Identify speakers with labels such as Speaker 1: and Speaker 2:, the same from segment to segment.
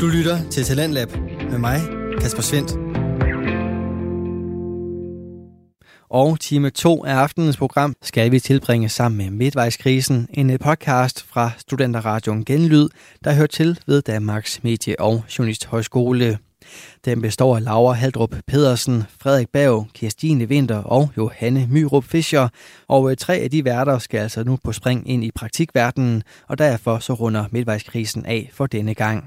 Speaker 1: Du lytter til Talentlab med mig, Kasper Svendt. Og time 2 af aftenens program skal vi tilbringe sammen med Midtvejskrisen, en øh, podcast fra Studenterradioen Genlyd, der hører til ved Danmarks Medie- og Journalisthøjskole. Den består af Laura Haldrup Pedersen, Frederik Berg, Kirstine Vinter og Johanne Myrup Fischer. Og øh, tre af de værter skal altså nu på spring ind i praktikverdenen, og derfor så runder midtvejskrisen af for denne gang.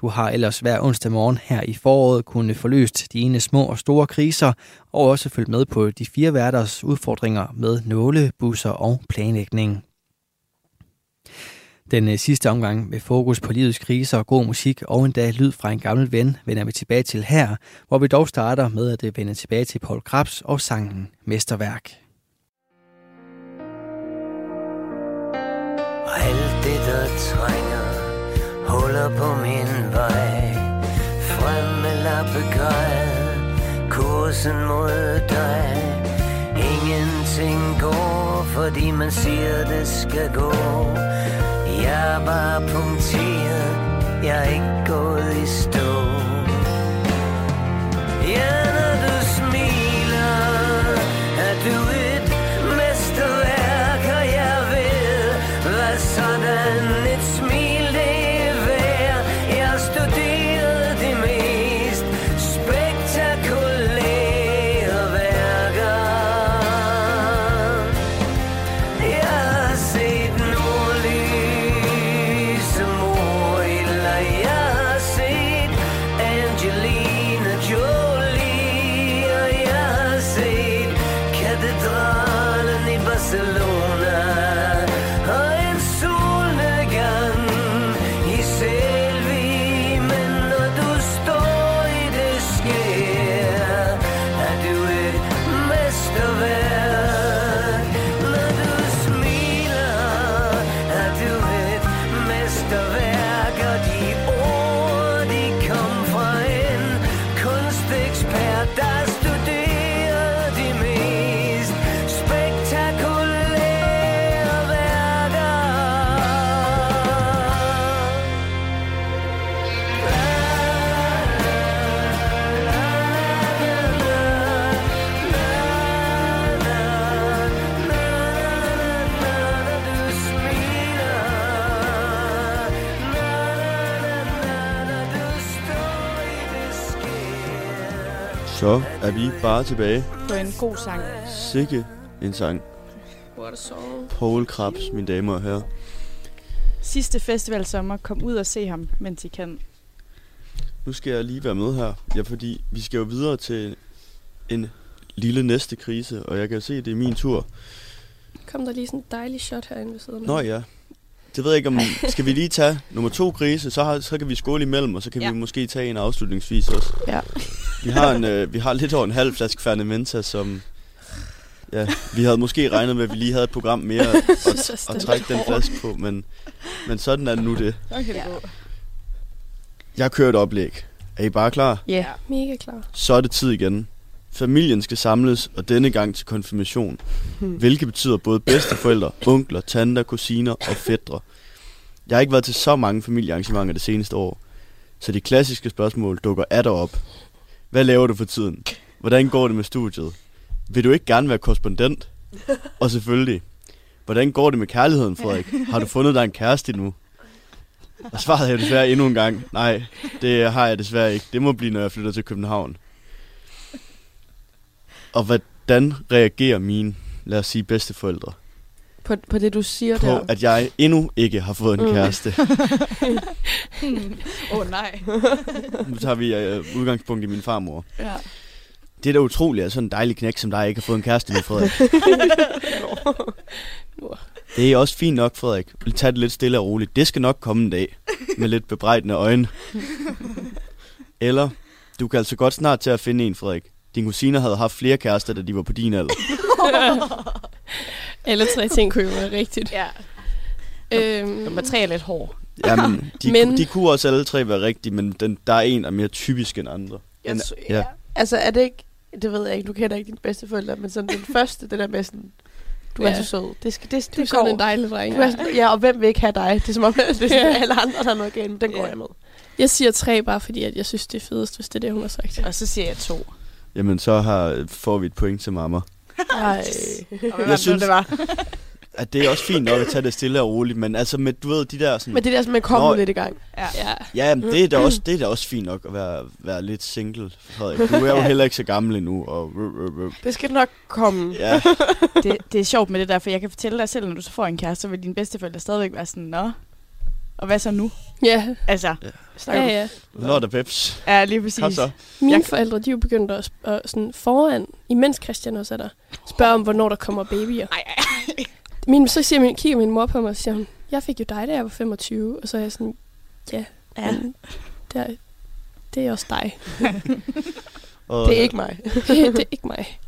Speaker 1: Du har ellers hver onsdag morgen her i foråret kunne forløst dine små og store kriser, og også følge med på de fire værters udfordringer med nåle, busser og planlægning. Den øh, sidste omgang med fokus på livets kriser, god musik og endda lyd fra en gammel ven vender vi tilbage til her, hvor vi dog starter med at øh, vende tilbage til Paul Krabs og sangen Mesterværk.
Speaker 2: Og alt det, der trænger, huller på min vej. Frem med lappegrej, kursen mod dig. Ingenting går, fordi man siger, det skal gå. Jeg er bare punkteret, jeg er ikke gået i stå. Ja, når du smiler, er du et mesterværk, og jeg ved, hvad sådan et smil det er værd. Jeg har studeret de mest spektakulære værker. Jeg har set nordlyse moler. Jeg har set Angelina Jolie. Og jeg har set katedralen i Barcelona. Og en solnedgang i Selvig. Men når du står i det skær, er du et mesterværk. Når du smiler, er du et mesterværk. Og de ord, de kom fra en kunstekspert, der studerede de mest spektakulære værker.
Speaker 3: Så er vi bare tilbage.
Speaker 4: Det var en god sang.
Speaker 3: Sikke en sang.
Speaker 5: What a song.
Speaker 3: Paul Krabs, mine damer og herrer.
Speaker 4: Sidste festival sommer, kom ud og se ham, mens I kan.
Speaker 3: Nu skal jeg lige være med her. Ja, fordi vi skal jo videre til en lille næste krise, og jeg kan se, det er min tur.
Speaker 5: Kom der lige sådan et dejligt shot herinde ved siden af.
Speaker 3: Nå ja. Det ved jeg ikke, om... Skal vi lige tage nummer to krise, så, har, så kan vi skåle imellem, og så kan ja.
Speaker 5: Ja.
Speaker 3: vi måske tage en afslutningsvis også.
Speaker 4: Ja.
Speaker 3: Vi har, en, øh, vi har lidt over en halv flaske Fernamenta, som... Ja, vi havde måske regnet med, at vi lige havde et program mere at, at trække den flaske på, men, men sådan er nu det.
Speaker 4: Okay,
Speaker 5: Ja.
Speaker 4: ja.
Speaker 3: Jeg kører et oplæg. Er I bare klar?
Speaker 4: ja.
Speaker 5: Mega klar.
Speaker 3: Så er det tid igen. Familien skal samles, og denne gang til konfirmation. Hvilket betyder både bedsteforældre, onkler, tanter, kusiner og fædre. Jeg har ikke været til så mange familiearrangementer det seneste år, så de klassiske spørgsmål dukker atter op. Hvad laver du for tiden? Hvordan går det med studiet? Vil du ikke gerne være korrespondent? Og selvfølgelig, hvordan går det med kærligheden, Frederik? Har du fundet dig en kæreste nu? Og svaret er jo desværre endnu en gang, nej, det har jeg desværre ikke. Det må blive, når jeg flytter til København. Og hvordan reagerer mine, lad os sige, bedsteforældre
Speaker 6: På, på det, du siger
Speaker 3: på,
Speaker 6: der.
Speaker 3: at jeg endnu ikke har fået en
Speaker 6: Mm.
Speaker 3: kæreste?
Speaker 4: Åh oh, nej.
Speaker 3: Nu tager vi øh, udgangspunkt i min farmor.
Speaker 4: Ja.
Speaker 3: Det er da utroligt, at sådan en dejlig knæk som dig ikke har fået en kæreste nu, Frederik. Det er også fint nok, Frederik. Tag det lidt stille og roligt. Det skal nok komme en dag. Med lidt bebrejdende øjne. Eller, du kan altså godt snart til at finde en, Frederik. Din kusiner havde haft flere kærester, da de var på din alder.
Speaker 6: Alle tre ting kunne jo være rigtigt.
Speaker 4: Ja.
Speaker 6: Øhm,
Speaker 5: Nummer tre er lidt hård.
Speaker 3: Jamen, de, men...
Speaker 6: Men-
Speaker 3: de kunne også alle tre være rigtige, men den, der er en, der er mere typisk end andre. Men-
Speaker 6: jeg, sy-
Speaker 3: ja.
Speaker 6: ja.
Speaker 7: Altså er det ikke, det ved jeg ikke, du kender ikke dine bedsteforældre, men sådan den første, det der med sådan, du ja. er
Speaker 6: Ja.
Speaker 7: så sød. Det, skal, det,
Speaker 6: Du er
Speaker 7: det
Speaker 6: sådan
Speaker 7: går.
Speaker 6: en dejlig dreng.
Speaker 7: Du er sådan, ja, og hvem vil ikke have dig? Det er som om, det er sådan, alle andre, der er noget galt, men den går
Speaker 6: Ja.
Speaker 7: jeg med.
Speaker 6: Jeg siger tre, bare fordi at jeg synes, det er fedest, hvis det er det, hun har sagt.
Speaker 4: Og så siger jeg to.
Speaker 3: Jamen, så har, får vi et point til mamma.
Speaker 7: Nej.
Speaker 4: Og hvad
Speaker 3: Jeg
Speaker 4: var det,
Speaker 3: synes-
Speaker 4: det var?
Speaker 3: At det er også fint nok at tage det stille og roligt, men altså med, du ved, de der sådan...
Speaker 7: Men det der, som man kommer
Speaker 3: Nå.
Speaker 7: lidt i gang. Mm.
Speaker 4: Ja.
Speaker 6: Ja.
Speaker 3: Ja, men det er da også, det er da også fint nok at være, være lidt single, Frederik. Du er jo heller ikke så gammel endnu, og... rup, rup, rup.
Speaker 7: Det skal nok komme.
Speaker 3: Ja,
Speaker 4: Det, det er sjovt med det der, for jeg kan fortælle dig selv, når du så får en kæreste, så vil dine bedsteforældre stadigvæk være sådan, nå, og hvad så nu?
Speaker 6: Ja,
Speaker 4: Altså,
Speaker 6: ja,
Speaker 7: Snakker ja,
Speaker 6: ja.
Speaker 3: Lord og Peps.
Speaker 4: ja, lige præcis.
Speaker 3: Kom så.
Speaker 6: Mine
Speaker 4: Jeg-
Speaker 6: forældre, de er jo begyndt at, sp- at sådan foran, imens Christian også er der, spørge om, hvornår der kommer babyer.
Speaker 4: Ej, ej, ej.
Speaker 6: Min, så siger min, kigger min mor på mig og siger, hun, jeg fik jo dig, da jeg var 25. Og så er jeg sådan, ja, ja. Der, det er også dig.
Speaker 3: Og,
Speaker 7: Det er ikke mig.
Speaker 6: det er ikke mig.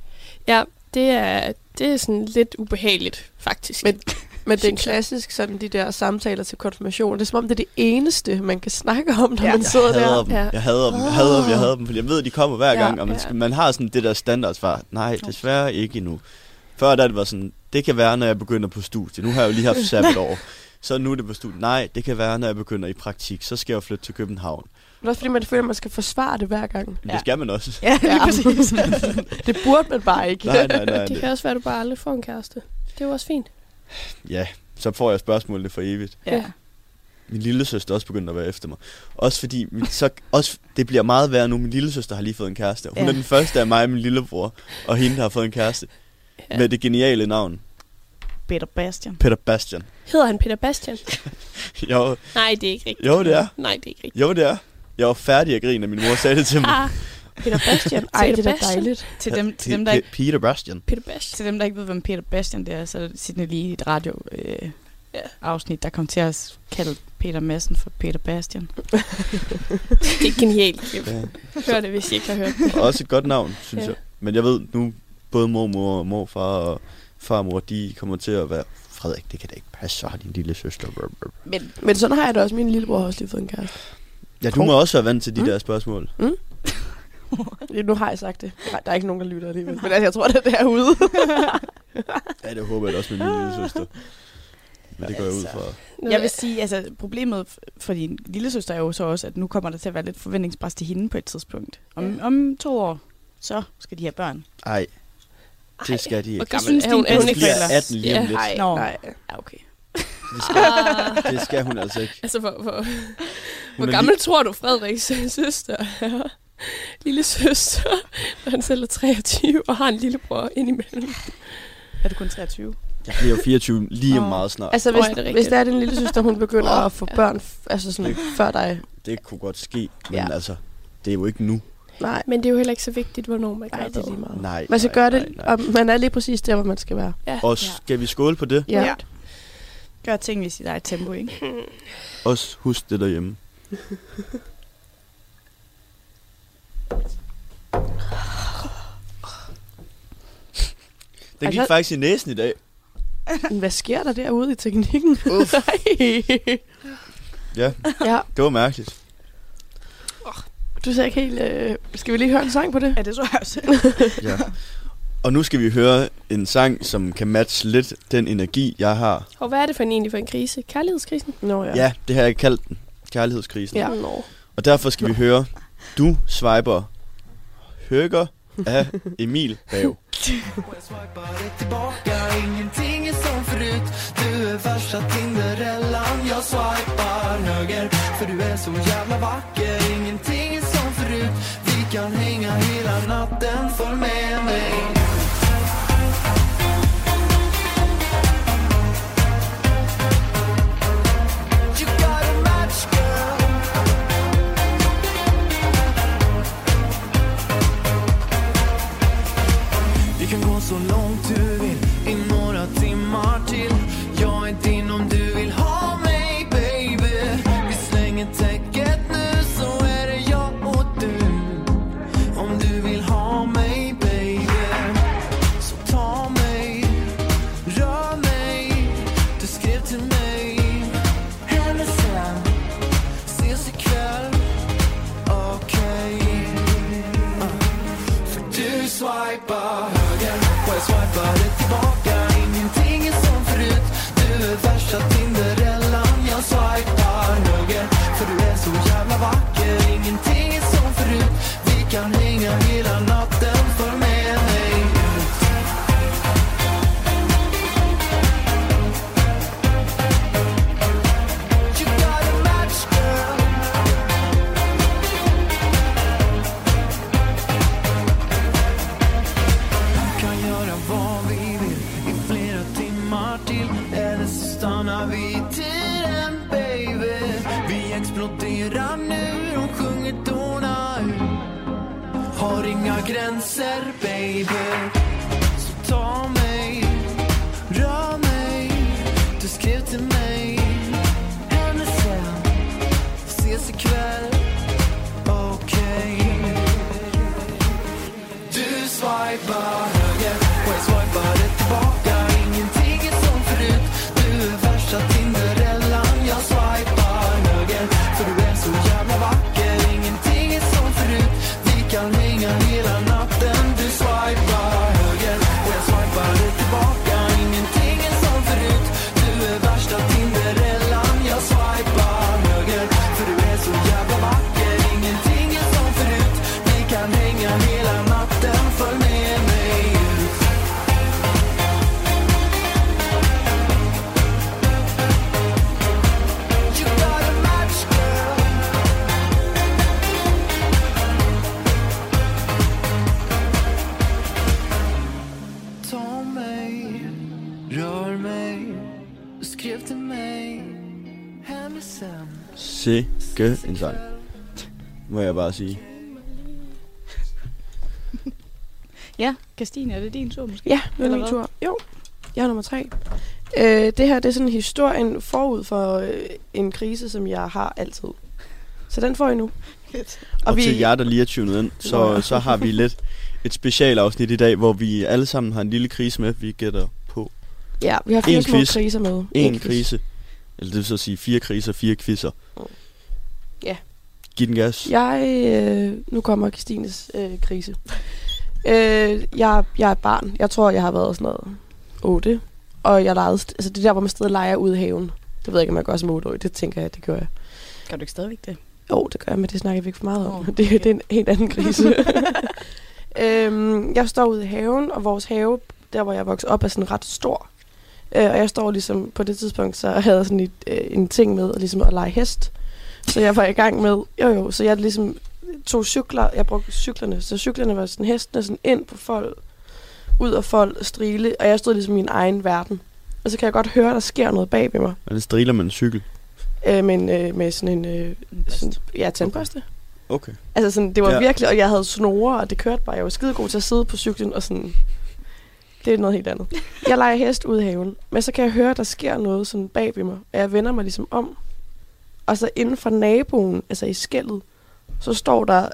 Speaker 6: Ja, det er, det er sådan lidt ubehageligt, faktisk.
Speaker 7: Men- Men det er
Speaker 6: Synes jeg.
Speaker 7: klassisk, sådan de der samtaler til konfirmation. Det er som om, det er det eneste, man kan snakke om, når
Speaker 4: Ja.
Speaker 7: ja. Ah. man sidder
Speaker 3: Jeg hader
Speaker 7: der.
Speaker 3: dem.
Speaker 6: Ja.
Speaker 3: Jeg hader dem. Jeg hader dem. Jeg hader dem. Fordi jeg ved, at de kommer hver
Speaker 6: Ja,
Speaker 3: gang, og man,
Speaker 6: ja.
Speaker 3: skal, man har sådan det der standardsvar. Nej, desværre ikke endnu. Før der det var sådan, det kan være, når jeg begynder på studie. Nu har jeg jo lige haft sabbatår. Så nu er det på studie. Nej, det kan være, når jeg begynder i praktik. Så skal jeg jo flytte til København.
Speaker 7: Men også fordi man føler, at man skal forsvare det hver gang.
Speaker 3: Men
Speaker 4: Ja.
Speaker 3: det skal man også.
Speaker 4: Ja, lige
Speaker 7: Ja.
Speaker 4: præcis.
Speaker 7: Det burde man bare ikke.
Speaker 3: Nej, nej, nej.
Speaker 6: det
Speaker 3: Det.
Speaker 6: kan også være, at du bare aldrig får en kæreste. Det er jo også fint.
Speaker 3: Ja, så får jeg spørgsmålene for evigt.
Speaker 4: Ja.
Speaker 3: Min lille søster er også begyndt at være efter mig. Også fordi, min, så, også, det bliver meget værre nu. Min lille søster har lige fået en kæreste. Hun
Speaker 4: Ja.
Speaker 3: ja. er den første af mig og min lillebror, og hende, der har fået en kæreste.
Speaker 6: Ja.
Speaker 3: Ja. Med det geniale navn,
Speaker 4: Peter Bastian.
Speaker 3: Peter Bastian.
Speaker 6: Hedder han Peter Bastian?
Speaker 3: Jo,
Speaker 6: Nej, det er ikke rigtigt.
Speaker 3: jo det er.
Speaker 6: Nej, det er ikke rigtigt.
Speaker 3: Jo, det er. Jeg var færdig at grine, da min mor sagde det til mig.
Speaker 6: Ah,
Speaker 7: Peter Bastian. Ej,
Speaker 6: Peter
Speaker 7: det er da
Speaker 6: Bastian.
Speaker 7: dejligt.
Speaker 4: Til dem, til
Speaker 3: Pe-
Speaker 4: dem der
Speaker 3: Pe-
Speaker 4: ikke
Speaker 3: Peter Bastian.
Speaker 6: Peter Bastian.
Speaker 4: til dem, der ikke ved, hvem Peter Bastian det er, så er det Sidney Lee i et radio øh,
Speaker 6: Ja.
Speaker 4: afsnit, der kom til at kalde Peter Madsen for Peter Bastian.
Speaker 6: Det er genialt.
Speaker 3: Ja.
Speaker 6: Hør det, hvis I ikke har hørt det.
Speaker 3: Og Også et godt navn, synes
Speaker 6: Ja.
Speaker 3: ja. jeg. Men jeg ved nu, både mormor og morfar og farmor, de kommer til at være... Frederik, det kan da ikke passe, så har din lille søster. Brr, brr.
Speaker 4: Men
Speaker 7: Men sådan har jeg det også. Min lillebror har også lige fået en kæreste.
Speaker 3: Ja, du må også være vant til de mm. der spørgsmål.
Speaker 7: Ja, Nu har jeg sagt det. Nej, der er ikke nogen, der lytter alligevel. Men altså, jeg tror, det er derude.
Speaker 3: Ja, det håber jeg da også med min lille søster. Men det går jeg ud fra.
Speaker 4: jeg vil sige, altså problemet f- for din lille søster er jo så også, at nu kommer der til at være lidt forventningspres til hende på et tidspunkt. Om, ja. om to år, så skal de have børn.
Speaker 3: Ej, det skal de
Speaker 6: Hvor
Speaker 3: ikke.
Speaker 4: Det
Speaker 6: gammel
Speaker 4: synes
Speaker 6: er
Speaker 4: dine
Speaker 6: hun? Er hun
Speaker 3: De
Speaker 6: ikke
Speaker 3: bliver
Speaker 4: bedsteforældre.
Speaker 3: 18 lige om lidt.
Speaker 7: Nej,
Speaker 4: Nå.
Speaker 7: nej.
Speaker 4: Ja, okay.
Speaker 3: Det skal,
Speaker 6: Ah.
Speaker 3: det skal hun altså ikke.
Speaker 6: Altså, hvor, hvor,
Speaker 3: Hun
Speaker 6: hvor
Speaker 3: er
Speaker 6: gammel tror du Frederiks øh, søster er? Lille søster, når han selv er 23 og har en lillebror indimellem.
Speaker 4: Er du kun 23?
Speaker 3: lige- Jeg bliver jo 24 lige om
Speaker 4: Åh.
Speaker 3: meget snart.
Speaker 7: Altså,
Speaker 6: Åh,
Speaker 7: hvis,
Speaker 6: er det
Speaker 7: oh,
Speaker 6: rigtigt?
Speaker 7: hvis det er din lille søster, hun begynder
Speaker 6: Åh,
Speaker 7: at få
Speaker 6: ja.
Speaker 7: børn, f- altså sådan før dig.
Speaker 3: Det kunne godt ske, men
Speaker 7: Ja.
Speaker 3: altså, det er jo ikke nu.
Speaker 7: Nej,
Speaker 6: Men det er jo heller ikke så vigtigt, hvornår man gør
Speaker 7: nej, det er lige meget.
Speaker 3: Nej,
Speaker 7: Man skal
Speaker 3: nej,
Speaker 7: gøre det,
Speaker 3: nej, nej.
Speaker 7: og man er lige præcis der, hvor man skal være.
Speaker 3: Og skal vi skåle på det?
Speaker 4: Ja. Gør tingene i sit eget tempo, ikke?
Speaker 3: Også husk det derhjemme. Den gik
Speaker 7: Altså-
Speaker 3: faktisk i næsen i dag.
Speaker 7: Men Hvad sker der derude i teknikken?
Speaker 3: Uff.
Speaker 7: Nej.
Speaker 3: Ja,
Speaker 7: ja,
Speaker 3: det var mærkeligt.
Speaker 7: du ser ikke helt... Øh... Skal vi lige høre en sang på det?
Speaker 4: Ja, det tror jeg også.
Speaker 3: Ja. Og nu skal vi høre en sang, som kan matche lidt den energi, jeg har.
Speaker 6: Og hvad er det for en egentlig for en krise? Kærlighedskrisen?
Speaker 7: Nå
Speaker 3: Ja, ja det har jeg kaldt den. Kærlighedskrisen.
Speaker 7: Ja.
Speaker 6: Nå.
Speaker 3: Og derfor skal vi høre, du swiper høger af Emil Bav.
Speaker 8: Jeg swiper dig tillbaka, ingenting är som förut Du är värsta Tinderellan Jag swipar höger För du är så jävla vacker Ingenting är som förut Vi kan hänga hela natten, följ med mig You got a match girl Vi kan gå så långt du vill i några timmar till Jag är din om du vill ha mig baby Vi slänger täcket nu så är det jag och du Om du vill ha mig baby Så ta mig, rör mig Du skrev till mig Henne sen, ses ikväll Okej för du swipar höger och jag swipar det tillbaka Ingenting är som förut Du är värsta Tinderellan Jag swipar höger För du är så jävla vacker Exploderar nu, de sjunger tårna ut Har inga gränser baby Så ta mig, rör mig Du skrev till mig Henne sen Ses ikväll, okej Du swipar höger och jag swipade tillbaka Ingenting är som förut Du är värsta Tinderellan Jag swipar höger för du är så jävla vacker Ingenting är som förut Vi kan hänga hela natten Du swipar höger och jag swipade tillbaka Ingenting är som förut Du är värsta Tinderellan Jag swipar höger för du är så jävla vacker Ingenting är som förut Vi kan hänga hela natten Följ med mig ut You got a match, girl. Ta mig, rör mig, skrev till mig, henne sen.
Speaker 3: Sikke en sang, må jeg bare sige.
Speaker 4: Ja, Christine, er det din tur måske?
Speaker 7: Ja, nu er
Speaker 4: Eller
Speaker 7: det min
Speaker 4: hvad?
Speaker 7: tur. Jo, jeg er nummer tre. Øh, det her, det er sådan historien forud for øh, en krise, som jeg har altid. Så den får I nu.
Speaker 3: Og, og vi... til jer, der lige er tunet ind, så,
Speaker 7: Ja.
Speaker 3: så har vi lidt et specialafsnit i dag, hvor vi alle sammen har en lille krise med. Vi gætter på
Speaker 7: Ja, vi har fire
Speaker 3: En
Speaker 7: små
Speaker 3: quiz.
Speaker 7: kriser med.
Speaker 3: en krise. Eller det vil så sige fire kriser, fire quizzer.
Speaker 7: Ja.
Speaker 3: Giv den gas.
Speaker 7: Jeg, øh, nu kommer Kristines øh, krise. Øh, jeg, jeg er et barn. Jeg tror, jeg har været sådan noget 8. Og jeg legede, st- altså det der, hvor man stadig leger ude i haven. Det ved jeg ikke, om jeg gør som 8 Det tænker jeg, det gør jeg.
Speaker 4: Gør du ikke stadigvæk det?
Speaker 7: Jo, det gør jeg, men det snakker vi ikke for meget om.
Speaker 4: Nå,
Speaker 7: Oh, okay. det, det er en helt anden krise. øhm, jeg står ude i haven, og vores have, der hvor jeg voksede op, er sådan ret stor. Øh, og jeg står ligesom, på det tidspunkt, så havde jeg sådan et, øh, en ting med ligesom at lege hest. Så jeg var i gang med, jo jo, så jeg ligesom tog cykler, jeg brugte cyklerne, så cyklerne var sådan hestene sådan ind på fold, ud af fold, strile, og jeg stod ligesom i min egen verden. Og så kan jeg godt høre, der sker noget bag ved mig,
Speaker 3: Hvordan striler man en cykel?
Speaker 7: øh, men øh, med sådan en øh,
Speaker 4: En bast.
Speaker 7: sådan, ja, tandbørste.
Speaker 3: Okay.
Speaker 7: Altså sådan, det var
Speaker 3: Ja.
Speaker 7: ja. virkelig, og jeg havde snore, og det kørte bare. Jeg var skidegod til at sidde på cyklen og sådan... Det er noget helt andet. Jeg leger hest ude i haven, men så kan jeg høre, at der sker noget sådan bag ved mig, og jeg vender mig ligesom om. Og så inden for naboen, altså i skældet, så står der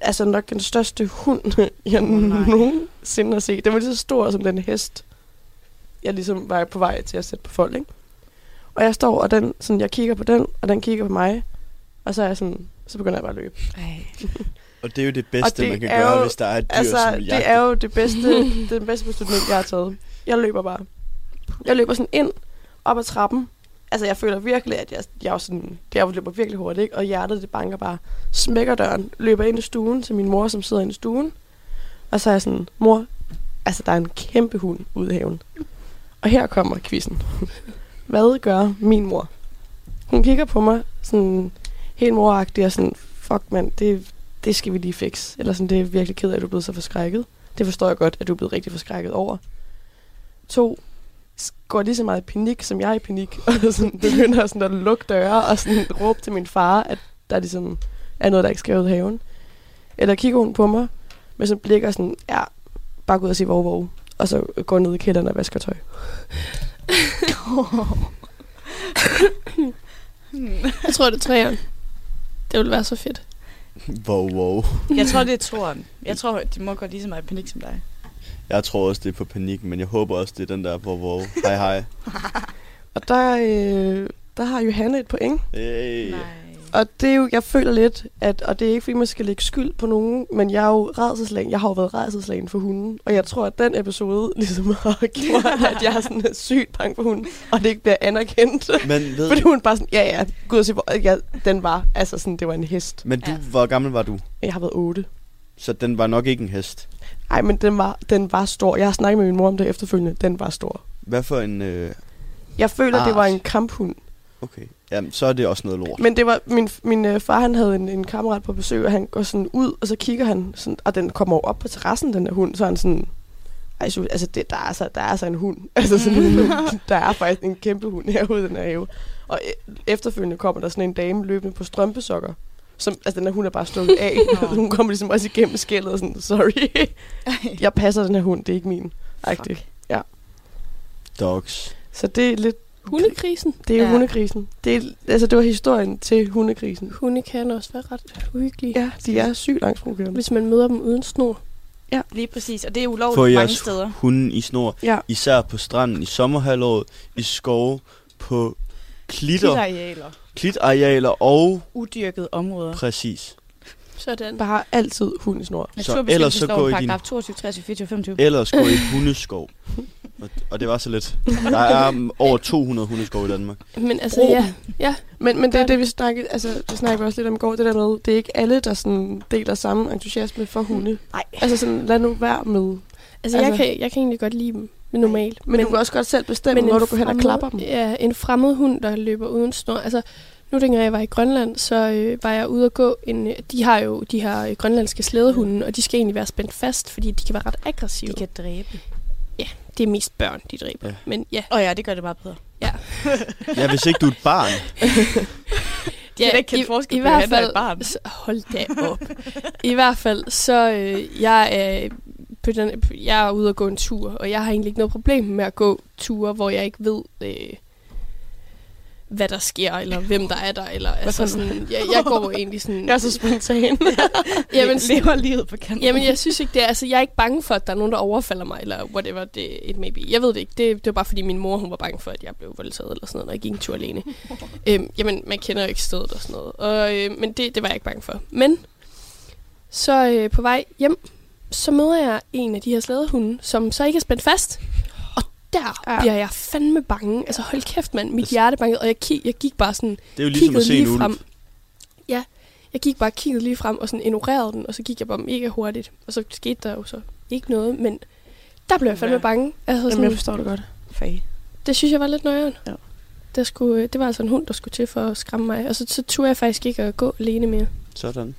Speaker 7: altså nok den største hund, jeg
Speaker 4: Åh,
Speaker 7: oh,
Speaker 4: nej.
Speaker 7: nogensinde har set. Den var lige så stor som den hest, jeg ligesom var på vej til at sætte på folk, ikke? Og jeg står, og den, sådan, jeg kigger på den, og den kigger på mig, og så er jeg sådan, så begynder jeg bare at løbe.
Speaker 3: Og det er jo det bedste, det
Speaker 7: Og det
Speaker 3: man kan
Speaker 7: er
Speaker 3: gøre,
Speaker 7: jo-
Speaker 3: hvis der er et dyr,
Speaker 7: Altså,
Speaker 3: som vil
Speaker 7: det
Speaker 3: jagte.
Speaker 7: er jo det bedste, det er den bedste beslutning, jeg har taget. Jeg løber bare. Jeg løber sådan ind, op ad trappen. Altså, jeg føler virkelig, at jeg, jeg, er jo sådan, jeg løber virkelig hurtigt, ikke? og hjertet det banker bare. Smækker døren, løber ind i stuen til min mor, som sidder inde i stuen. Og så er jeg sådan, mor, altså der er en kæmpe hund ude i haven. Og her kommer quizzen. Hvad gør min mor? Hun kigger på mig sådan helt moragtig og sådan, fuck mand, det, det skal vi lige fikse. Eller sådan, det er jeg virkelig ked af, at du er blevet så forskrækket. Det forstår jeg godt, at du er blevet rigtig forskrækket over. To, s- går lige så meget i panik, som jeg er i panik, og sådan, begynder sådan at lukke døre og sådan råbe til min far, at der ligesom er noget, der ikke skal ud i haven. Eller kigger hun på mig, med sådan blikker sådan, ja, bare gå ud og sige vov, vov. Og så går ned i kælderen og vasker tøj.
Speaker 6: Jeg tror, det er træerne. Det ville være så fedt.
Speaker 3: Wow, wow.
Speaker 4: Jeg tror, det er toren. Jeg tror, at de må godt lige så meget i panik som dig.
Speaker 3: Jeg tror også, det er på panik, men jeg håber også, det er den der, hvor wow, hej hej.
Speaker 7: Og der, øh, der har Johanne et point.
Speaker 3: Hey.
Speaker 7: Og det er jo, jeg føler lidt, at, og det er ikke fordi, man skal lægge skyld på nogen, men jeg er jo redselslagen, jeg har jo været redselslagen for hunden, og jeg tror, at den episode ligesom har gjort, at jeg er sådan er sygt bange for hunden, og det ikke bliver anerkendt.
Speaker 3: Men, ved,
Speaker 7: Fordi hun bare sådan, ja ja, gud sig, hvor, ja, den var, altså sådan, det var en hest.
Speaker 3: men du,
Speaker 4: Ja.
Speaker 3: hvor gammel var du?
Speaker 7: Jeg har været otte.
Speaker 3: Så den var nok ikke en hest.
Speaker 7: Ej, men den var, den var stor. Jeg har snakket med min mor om det efterfølgende, den var stor.
Speaker 3: Hvad for en... Øh,
Speaker 7: Jeg føler, det var
Speaker 3: Ars.
Speaker 7: en kamphund.
Speaker 3: okay. Jamen, så er det også noget lort.
Speaker 7: Men det var, min, min øh, far han havde en, en kammerat på besøg, og han går sådan ud, og så kigger han, sådan, og den kommer jo op på terrassen, den der hund, så er han sådan, "Ej, Sus- altså, det, der, er så, der er så en hund. Altså, sådan, der er faktisk en kæmpe hund herude i den her have. Og e- efterfølgende kommer der sådan en dame løbende på strømpesokker. Som, altså den her hund er bare stukket af.
Speaker 4: Nå.
Speaker 7: hun kommer ligesom også igennem skældet og sådan, sorry, jeg passer den her hund, det er ikke min. Agtigt.
Speaker 3: Dogs.
Speaker 7: Så det er lidt,
Speaker 6: Hundekrisen.
Speaker 7: det er
Speaker 4: Ja.
Speaker 7: ja. hundekrisen. Det er, altså det var historien til hundekrisen.
Speaker 6: Hunde kan også være ret uhyggelige.
Speaker 7: Ja, de er sygt angstprovokerende.
Speaker 6: Hvis man møder dem uden snor.
Speaker 4: Lige præcis, og det er
Speaker 3: Få
Speaker 4: ulovligt mange
Speaker 3: jeres
Speaker 4: steder.
Speaker 3: hunde i snor.
Speaker 7: Ja.
Speaker 3: Især på stranden, i sommerhalvåret, i skove, på klitter,
Speaker 4: Klitarealer.
Speaker 3: klitarealer og
Speaker 4: Udyrkede områder.
Speaker 3: præcis.
Speaker 6: Sådan.
Speaker 7: Bare altid hund i snor.
Speaker 3: ellers så går I
Speaker 4: Naturbeskyttelsesloven,
Speaker 3: din-
Speaker 4: paragraf 22, 23, 24, 25.
Speaker 3: Ellers gå i hundeskov. Og, og det var så lidt. Der er mm, over 200 hundeskov i Danmark.
Speaker 6: Men altså, ja.
Speaker 7: Men, men det er det, vi snakkede, altså, det snakkede vi også lidt om i går, det der med, det er ikke alle, der sådan deler samme entusiasme for hunde.
Speaker 4: Nej.
Speaker 7: Altså sådan, lad nu være med.
Speaker 6: Mm. Altså, jeg,
Speaker 7: Altså-
Speaker 6: kan, jeg kan egentlig godt lide dem men normalt.
Speaker 7: Men, men du kan også godt selv bestemme,
Speaker 6: en
Speaker 7: når du går hen og
Speaker 6: fremmed- øh,
Speaker 7: klapper dem.
Speaker 6: Ja, en fremmed hund, der løber uden snor. Altså, nu dengang jeg var i Grønland, så øh, var jeg ude at gå en... øh, De har jo de her øh, grønlandske slædehunde, og de skal egentlig være spændt fast, fordi de kan være ret aggressive.
Speaker 4: De kan dræbe.
Speaker 6: Det er mest børn, de dræber.
Speaker 3: Ja.
Speaker 6: Men ja,
Speaker 4: Åh oh, ja, det gør det bare bedre.
Speaker 3: Ja, hvis ikke du er et barn.
Speaker 4: De kan da ikke kende
Speaker 6: i-
Speaker 4: forskel
Speaker 6: i
Speaker 4: på, at
Speaker 6: hvert
Speaker 4: han er et
Speaker 6: fald-
Speaker 4: barn.
Speaker 6: Så, hold da op. I hvert fald, så øh, jeg, er på den, jeg er ude at gå en tur, og jeg har egentlig ikke noget problem med at gå ture, hvor jeg ikke ved, øh, hvad der sker, eller hvem der er der. Eller, altså,
Speaker 7: fanden?
Speaker 6: sådan, jeg, jeg går egentlig sådan...
Speaker 7: Jeg er så spontan.
Speaker 6: jamen,
Speaker 4: lever livet på kanten.
Speaker 6: Jamen, jeg synes ikke det. er- Altså, jeg er ikke bange for, at der er nogen, der overfalder mig, eller whatever det it may be. Jeg ved det ikke. Det, det var bare, fordi min mor hun var bange for, at jeg blev voldtaget, eller sådan noget, når jeg gik en tur alene. øhm, jamen, man kender jo ikke stedet og sådan noget. Og, øh, men det, det var jeg ikke bange for. Men så øh, på vej hjem, så møder jeg en af de her slædehunde, som så ikke er spændt fast. Og der
Speaker 7: Ja.
Speaker 6: ja. bliver jeg fandme bange. Altså, hold kæft, mand. Mit
Speaker 3: Altså-
Speaker 6: hjerte bankede, og jeg, ki- jeg gik bare sådan
Speaker 3: Det er jo ligesom at
Speaker 6: kiggede
Speaker 3: se en
Speaker 6: lige
Speaker 3: ulv.
Speaker 6: frem. Ja, jeg gik bare og kiggede lige frem og sådan ignorerede den, og så gik jeg bare mega hurtigt. Og så skete der jo så ikke noget, men der blev jeg fandme
Speaker 4: Ja.
Speaker 6: bange. Altså sådan,
Speaker 7: Jamen, jeg forstår det godt.
Speaker 4: Fag.
Speaker 6: det synes jeg var lidt nøjeren.
Speaker 4: Ja.
Speaker 6: Der skulle, det var altså en hund, der skulle til for at skræmme mig, og så, så turde jeg faktisk ikke at gå alene mere.
Speaker 3: Sådan.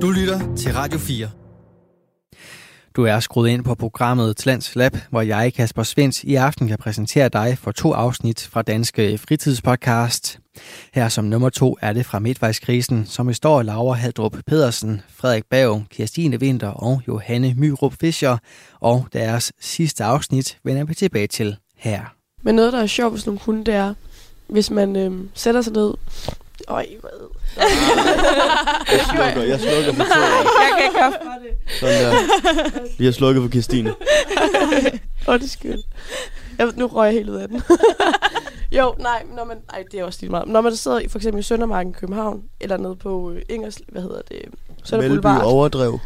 Speaker 1: Du lytter til Radio 4. Du er skruet ind på programmet Tlands Lab, hvor jeg, Kasper Svens, i aften kan præsentere dig for to afsnit fra Danske Fritidspodcast. Her som nummer to er det fra Midtvejskrisen, som består af Laura Haldrup Pedersen, Frederik Bav, Kirstine Vinter og Johanne Myrup Fischer. Og deres sidste afsnit vender vi tilbage til her.
Speaker 7: Men noget, der er sjovt ved sådan nogle hunde, det er, hvis man øhm, sætter sig ned... Øj, hvad?
Speaker 3: Jeg slukker, jeg slukker for to.
Speaker 4: Jeg kan ikke høre
Speaker 3: Sådan der. Vi har slukket for Kirstine.
Speaker 7: Undskyld. Jeg, ved- nu røg jeg helt ud af den. jo, nej, når man, ej, det er også lige meget. Når man sidder i, for eksempel i Søndermarken i København, eller nede på øh, Ingers, hvad hedder det, Sønder Boulevard,
Speaker 3: overdrev.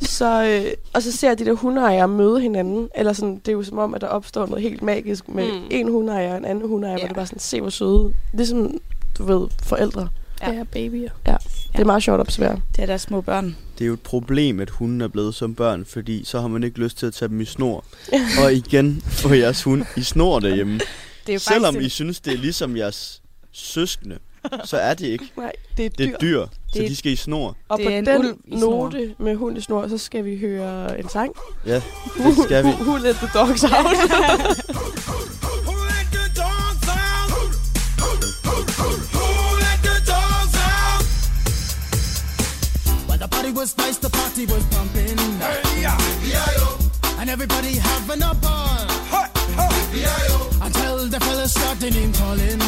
Speaker 7: så, øh, og så ser jeg de der hundeejere møde hinanden, eller sådan, det er jo som om, at der opstår noget helt magisk med
Speaker 6: Mm.
Speaker 7: mm. en hundeejer og en anden hundeejer, ja.
Speaker 6: Ja.
Speaker 7: hvor det bare sådan, se hvor søde, ligesom, du ved, forældre. Ja.
Speaker 4: Ja.
Speaker 6: Ja, ja babyer.
Speaker 7: Det er meget sjovt at observere.
Speaker 4: Det er deres små børn.
Speaker 3: Det er jo et problem, at hunden er blevet som børn, fordi så har man ikke lyst til at tage dem i snor. Og igen få jeres hund i snor derhjemme.
Speaker 4: Det er jo
Speaker 3: Selvom I
Speaker 4: faktisk,
Speaker 3: synes, det er ligesom jeres søskende, så er det ikke.
Speaker 7: Nej, det er dyrt.
Speaker 3: Det er dyr, så
Speaker 4: Det er-
Speaker 3: de skal i snor.
Speaker 7: Og
Speaker 4: Det
Speaker 7: på
Speaker 4: er en
Speaker 7: den
Speaker 4: ulv i snor.
Speaker 7: note med hund i snor, så skal vi høre en sang.
Speaker 3: Ja, det skal vi.
Speaker 7: Who, who let the dogs out?
Speaker 9: But the party was nice, the party was pumping. And everybody having a ball. Until the fellas start the name calling.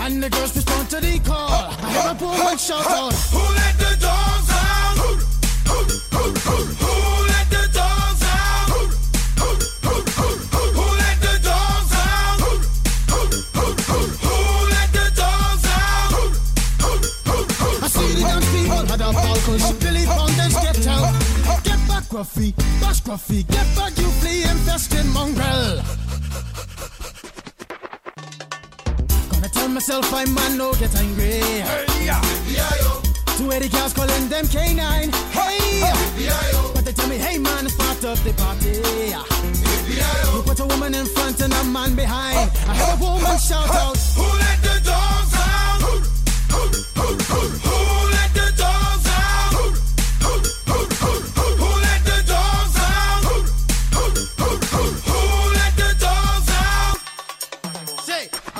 Speaker 9: And the girls respond to the call. I hear a poor man shout out. Who let the dogs out? Who let the dogs out? Who let the dogs out? Who let the dogs out? I see the young people had a ball cause Billy Bond and get out. Get back, Gruffy, bash Gruffy, get back, you flea infested mongrel. Gonna tell myself I man no get angry. Two eighty cows calling them canine. Hey, but they tell me, hey man, it's part of the party. You put a woman in front and a man behind. I heard a woman shout out, Who let the dogs out? Who let the dogs out? Who let the dogs out? Who let the dogs out? Say, I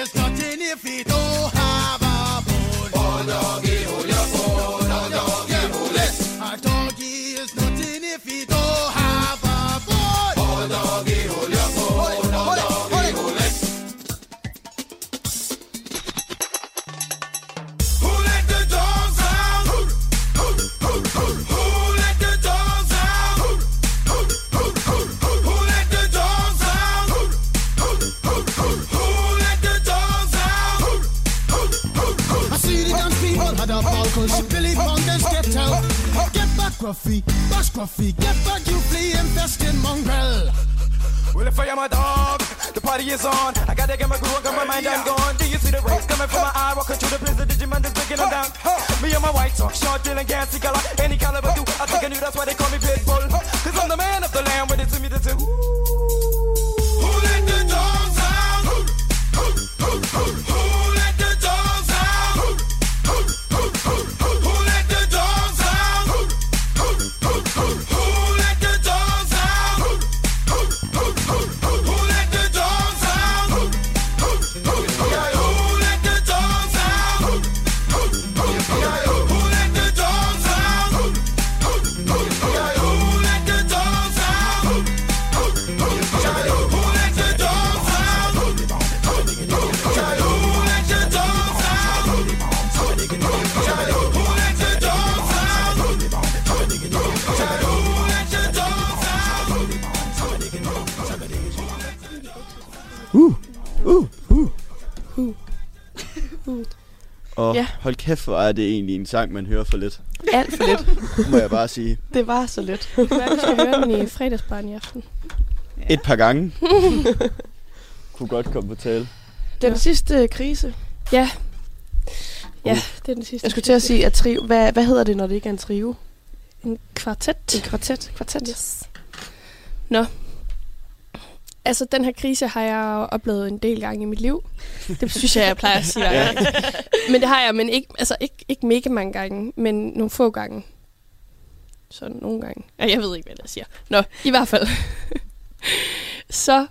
Speaker 9: Even if he don't have a bone. Oh, doggy, hold your bone. Oh, doggy, hold it. A doggy is nothing if he don't have a bone. Oh, doggy, hold your bone. Hold it, hold it, hold it. Who let the dogs out? Who let the dogs out? Who let the dogs out? Who let the dogs out? I see the dance people had a ball cause Billy Fountains get out. Get back, Ruffy, bash Ruffy, get back, you flea infested mongrel.
Speaker 10: Well, if I am a dog, the party is on. I gotta get my groove on, got my mind, I'm gone. Do you see the rays coming from my eye? Walking through the prison, Digimon is breaking them down. Me and my white talk, short, dealing, gassy color, any caliber do. I think I knew that's why they call me Pitbull. Cause I'm the man of the land, when they see me, they say, ooh.
Speaker 9: Who let the dogs out? Who let the dogs out? Who let the dogs out? Who let the dogs out? Who let the dogs out? Who let the dogs out? Who let the dogs out? Who let the dogs out? Who let the dogs out? Who let the dogs out? Who let the dogs out? Who let the dogs out?
Speaker 3: Og
Speaker 7: Uh, Ja.
Speaker 3: hold kæft, hvor er det egentlig en sang, man hører for lidt.
Speaker 7: Alt for lidt.
Speaker 3: Må jeg bare sige.
Speaker 7: Det var så lidt.
Speaker 6: Hvad er det, skal høre den i fredagsbaren i aften?
Speaker 3: Et par gange. Kunne godt komme på tale.
Speaker 7: Den sidste krise.
Speaker 6: Ja,
Speaker 3: Uh.
Speaker 6: det er den sidste.
Speaker 7: Jeg skulle til at sige, at trio, hvad, hvad hedder det, når det ikke er en trio?
Speaker 6: En kvartet.
Speaker 7: En kvartet? kvartet.
Speaker 6: Yes. Nå. Altså, den her krise har jeg oplevet en del gange i mit liv. Det synes jeg, jeg plejer at sige dig.
Speaker 3: Ja.
Speaker 6: Men det har jeg, men ikke, altså, ikke, ikke mega mange gange, men nogle få gange. Så nogle gange. Ej, jeg ved ikke, hvad jeg siger. Nå, i hvert fald. så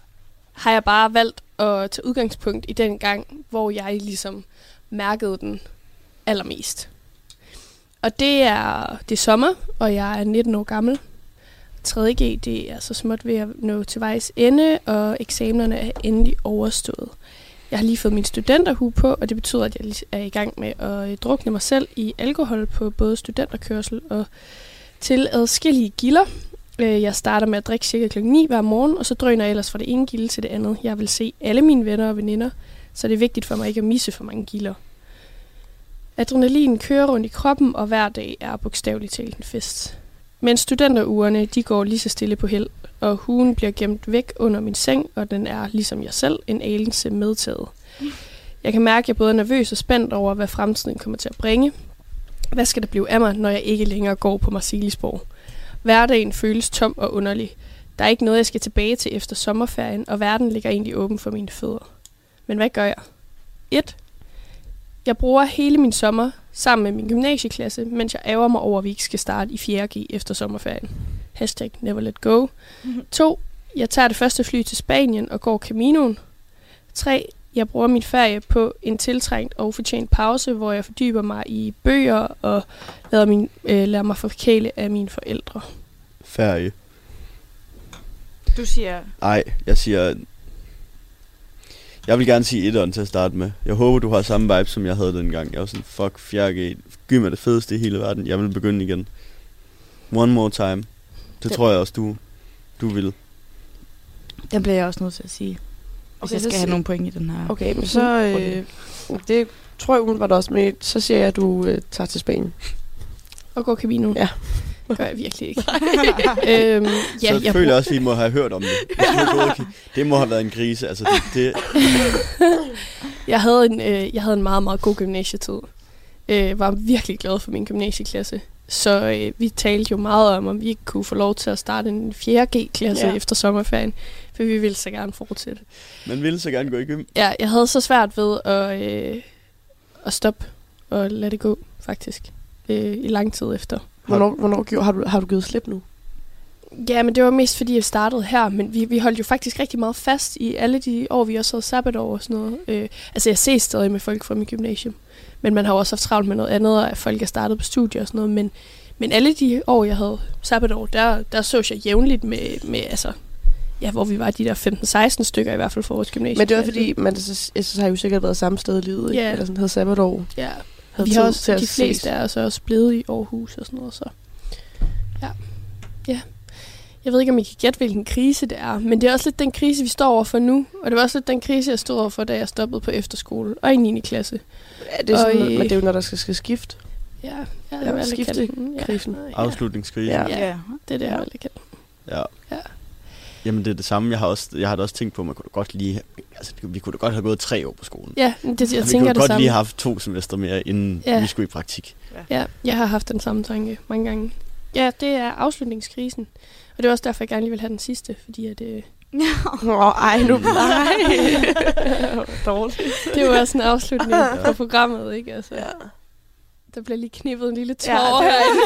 Speaker 6: har jeg bare valgt at tage udgangspunkt i den gang, hvor jeg ligesom mærkede den allermest. Og det er, det er sommer, og jeg er 19 år gammel. 3.G, det er så småt ved at nå til vejs ende, og eksamenerne er endelig overstået. Jeg har lige fået min studenterhue på, og det betyder, at jeg lige er i gang med at øh, drukne mig selv i alkohol på både studenterkørsel og til adskillige gilder. Øh, Jeg starter med at drikke cirka kl. 9 hver morgen, og så drøner jeg ellers fra det ene gilde til det andet. Jeg vil se alle mine venner og veninder, så det er vigtigt for mig ikke at misse for mange gilder. Adrenalin kører rundt i kroppen, og hver dag er bogstaveligt talt en fest. Men studenterugerne, de går lige så stille på held, og hugen bliver gemt væk under min seng, og den er, ligesom jeg selv, en anelse medtaget. Jeg kan mærke, at jeg både er nervøs og spændt over, hvad fremtiden kommer til at bringe. Hvad skal der blive af mig, når jeg ikke længere går på Marsilisborg? Hverdagen føles tom og underlig. Der er ikke noget, jeg skal tilbage til efter sommerferien, og verden ligger egentlig åben for mine fødder. Men hvad gør jeg? 1. Jeg bruger hele min sommer sammen med min gymnasieklasse, mens jeg ærger mig over, at vi ikke skal starte i 4G efter sommerferien. Hashtag never let go. 2. Jeg tager det første fly til Spanien og går Caminoen. 3. Jeg bruger min ferie på en tiltrængt og fortjent pause, hvor jeg fordyber mig i bøger og lader, min, øh, lader mig forkæle af mine forældre.
Speaker 3: Ferie.
Speaker 4: Du siger,
Speaker 3: Ej, jeg siger... Jeg vil gerne sige etteren til at starte med. Jeg håber, du har samme vibe, som jeg havde dengang. Jeg var sådan, fuck, 4G. Gym er det fedeste i hele verden. Jeg vil begynde igen. One more time. Det
Speaker 6: Ja.
Speaker 3: tror jeg også, du, du vil.
Speaker 4: den bliver jeg også nødt til at sige. Hvis
Speaker 7: Okay,
Speaker 4: okay, jeg
Speaker 7: så
Speaker 4: skal have
Speaker 7: sig-
Speaker 4: nogle point i den her.
Speaker 7: Okay, men så... Øh, det tror jeg umiddelbart også, men så siger jeg, at du øh, tager til Spanien.
Speaker 6: Og går Caminoen.
Speaker 7: Ja.
Speaker 6: Det gør jeg virkelig ikke. øhm,
Speaker 3: Ja, så jeg
Speaker 6: jeg
Speaker 3: føler jeg også, vi må have hørt om det. Altså, Hvis du er gået og kig- Det må have været en krise. Altså, det, det,
Speaker 6: Jeg havde en, øh, jeg havde en meget, meget god gymnasietid. Øh, var virkelig glad for min gymnasieklasse. Så øh, vi talte jo meget om, om vi ikke kunne få lov til at starte en 4G-klasse
Speaker 7: Ja.
Speaker 6: ja. efter sommerferien. For vi ville så gerne fortsætte.
Speaker 3: man ville så gerne gå i gym.
Speaker 6: Ja, jeg havde så svært ved at, øh, at stoppe og lade det gå, faktisk. Øh, I lang tid efter.
Speaker 7: Hvornår, hvornår gjorde, har, du, har du givet slip nu?
Speaker 6: Ja, men det var mest fordi, jeg startede her, men vi, vi holdt jo faktisk rigtig meget fast i alle de år, vi også havde sabbatår og sådan noget. Øh, altså, jeg ses stadig med folk fra mit gymnasium, men man har jo også haft travlt med noget andet, og at folk er startet på studier og sådan noget. Men, men alle de år, jeg havde sabbatår, der, der sås jeg jævnligt med, med altså, ja, hvor vi var de der 15-16 stykker i hvert fald fra vores gymnasium.
Speaker 7: Men det var fordi, man, så, jeg synes, har jo sikkert været samme sted i livet, ikke?
Speaker 6: Ja.
Speaker 7: Eller sådan, havde sabbatår.
Speaker 6: Ja,
Speaker 7: Havde
Speaker 6: vi
Speaker 7: tid
Speaker 6: har
Speaker 7: til
Speaker 6: også,
Speaker 7: at
Speaker 6: de fleste
Speaker 7: ses.
Speaker 6: er altså også blevet i Aarhus og sådan noget, så ja. ja. Jeg ved ikke, om I kan gætte, hvilken krise det er, men det er også lidt den krise, vi står overfor nu, og det var også lidt den krise, jeg stod overfor, da jeg stoppede på efterskole og i 9. klasse.
Speaker 7: Ja, det er sådan,
Speaker 6: Og
Speaker 7: noget,
Speaker 6: i-
Speaker 7: men det er jo, når der skal, skal skifte.
Speaker 6: Ja, ja, det
Speaker 7: Ja,
Speaker 6: var lidt
Speaker 7: skifte-
Speaker 6: kaldt den. ja,
Speaker 7: krisen.
Speaker 6: Ja,
Speaker 3: Afslutningskrisen.
Speaker 7: Ja.
Speaker 6: Ja.
Speaker 4: ja.
Speaker 6: det er det, jeg
Speaker 7: Ja.
Speaker 6: var lidt kaldt.
Speaker 3: Ja.
Speaker 6: Ja.
Speaker 3: Jamen det er det samme. Jeg har, også, jeg har da også tænkt på, at man kunne da godt lige... Altså, vi kunne da godt have gået tre år på skolen. Altså,
Speaker 6: Ja, men det, jeg
Speaker 3: vi kunne
Speaker 6: tænker
Speaker 3: da
Speaker 6: det
Speaker 3: godt
Speaker 6: samme.
Speaker 3: lige have haft to semester mere, inden
Speaker 6: Ja.
Speaker 3: vi skulle i praktik.
Speaker 6: Ja, jeg har haft den samme tanke mange gange. Ja, det er afslutningskrisen. Og det er også derfor, jeg gerne lige vil have den sidste, fordi at, øh,
Speaker 7: Åh, ej, nu nej.
Speaker 4: Dårligt.
Speaker 6: det er jo også en afslutning
Speaker 3: Ja.
Speaker 6: på programmet, ikke? Altså,
Speaker 7: Ja.
Speaker 6: Der bliver lige knippet en lille
Speaker 7: Ja,
Speaker 6: tår
Speaker 7: det-
Speaker 6: ja, herinde.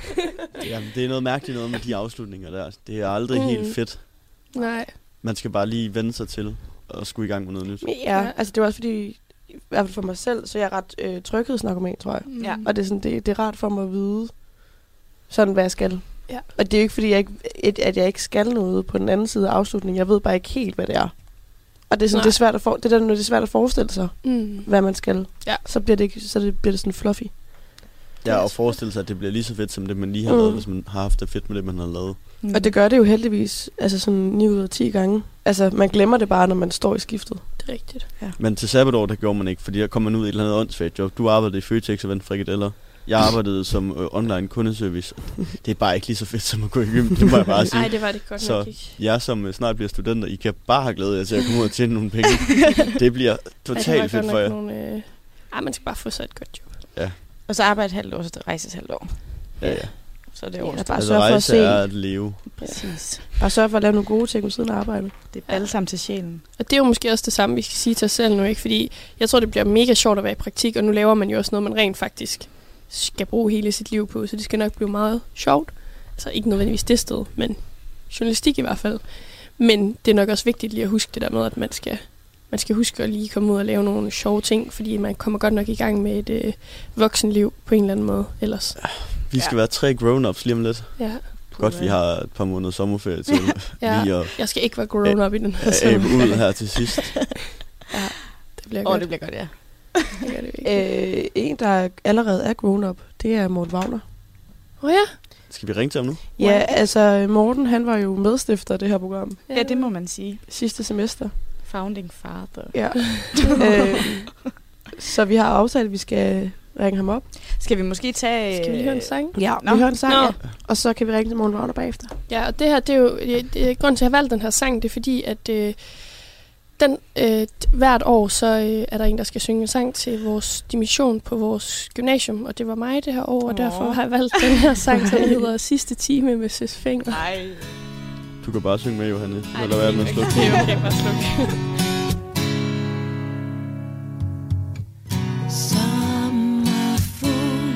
Speaker 3: Jamen, det er noget mærkeligt noget med de afslutninger der. Det er aldrig
Speaker 6: Mm.
Speaker 3: helt fedt.
Speaker 6: Nej.
Speaker 3: Man skal bare lige vende sig til og skulle i gang med noget nyt.
Speaker 7: ja, altså det var også fordi, i hvert fald for mig selv, så jeg er ret øh, tryghedsnarkoman, tror jeg.
Speaker 4: Ja.
Speaker 7: Og det er, sådan, det, det er rart for mig at vide, sådan hvad jeg skal.
Speaker 6: Ja.
Speaker 7: Og det er jo ikke, fordi jeg ikke, et, at jeg ikke skal noget på den anden side af afslutningen. Jeg ved bare ikke helt, hvad det er. Og det er, sådan,
Speaker 6: Nej.
Speaker 7: det er, svært, at for, det er der, når det er svært at forestille sig,
Speaker 6: Mm.
Speaker 7: hvad man skal.
Speaker 6: Ja.
Speaker 7: Så bliver det, ikke, så det, bliver det sådan fluffy.
Speaker 3: Ja, og forestille sig, at det bliver lige så fedt, som det man lige har
Speaker 7: Mm.
Speaker 3: lavet, hvis man har haft det fedt med det, man har lavet.
Speaker 6: Mm.
Speaker 7: Og det gør det jo heldigvis altså sådan 9 ud af 10 gange. Altså, man glemmer det bare, når man står i skiftet.
Speaker 6: Det er rigtigt.
Speaker 3: Men til sabbatår, der gjorde man ikke, fordi der kom man ud i et eller andet åndssvagt job. Du arbejdede i Føtex og vendte frikadeller. Jeg arbejdede som øh, online kundeservice. Det er bare ikke lige så fedt, som at gå i gym. Det må jeg bare sige.
Speaker 6: Nej, det var det godt
Speaker 3: Så-
Speaker 6: nok ikke.
Speaker 3: jer, som øh, snart bliver studenter, I kan bare have glæde jer til at komme ud og tjene nogle penge. Det bliver
Speaker 6: Ej, Altså, det var
Speaker 3: totalt
Speaker 6: godt
Speaker 3: fedt
Speaker 6: nok
Speaker 3: for jer.
Speaker 6: Nogle, øh... Ej, man skal bare få sig et godt job.
Speaker 4: Og så arbejde et halvt år, så det rejse et halvt år.
Speaker 3: Ja, ja.
Speaker 4: Så er det
Speaker 7: Ja,
Speaker 4: overstået.
Speaker 7: bare
Speaker 3: Altså
Speaker 7: sørg for at
Speaker 3: rejse
Speaker 7: se.
Speaker 3: er at leve.
Speaker 4: Præcis.
Speaker 7: Bare sørg for at lave nogle gode ting ved siden af arbejdet.
Speaker 4: Det er balsam til sjælen.
Speaker 6: Og det er jo måske også det samme, vi skal sige til os selv nu, ikke? Fordi jeg tror, det bliver mega sjovt at være i praktik, og nu laver man jo også noget, man rent faktisk skal bruge hele sit liv på, så det skal nok blive meget sjovt. Altså ikke nødvendigvis det sted, men journalistik i hvert fald. Men det er nok også vigtigt lige at huske det der med, at man skal, man skal huske at lige komme ud og lave nogle sjove ting, fordi man kommer godt nok i gang med et øh, voksenliv på en eller anden måde ellers.
Speaker 3: Vi skal være tre grown-ups lige om lidt.
Speaker 6: Ja,
Speaker 3: Godt, vi har et par måneder sommerferie til
Speaker 6: ja.
Speaker 3: lige at
Speaker 6: Jeg skal ikke være grown up i den her
Speaker 3: at abe
Speaker 6: sommer.
Speaker 3: ud her til sidst.
Speaker 6: Det bliver
Speaker 4: Åh,
Speaker 6: godt.
Speaker 4: det bliver godt, ja.
Speaker 6: Det gør det virkelig.
Speaker 7: Øh, en, der allerede er grown-up, det er Morten Wagner.
Speaker 6: Åh ja.
Speaker 3: Skal vi ringe til ham nu?
Speaker 7: Ja, altså Morten, han var jo medstifter af det her program
Speaker 4: Ja, det må man sige.
Speaker 7: sidste semester.
Speaker 4: Founding father.
Speaker 7: Ja. øh, så vi har aftalt, at vi skal ringe ham op.
Speaker 4: Skal vi måske tage... øh,
Speaker 6: Skal vi lige høre en sang?
Speaker 7: Ja,
Speaker 4: Nå.
Speaker 7: vi hører en sang,
Speaker 6: Nå.
Speaker 7: ja. og så kan vi ringe til Morten Wagner bagefter.
Speaker 6: Ja, og det her, det er jo... Det, det, grunden til, at jeg har valgt den her sang, det er fordi, at øh, den, øh, t- hvert år, så øh, er der en, der skal synge en sang til vores dimission på vores gymnasium, og det var mig det her år, og
Speaker 4: Åh.
Speaker 6: derfor har jeg valgt den her sang, som hedder Sidste Time med Søs Finger.
Speaker 4: Nej.
Speaker 3: Du kan bare synge med, Johanne. Må der være med at slukke.
Speaker 6: Det er okay, bare sluk.
Speaker 5: Sommerfugl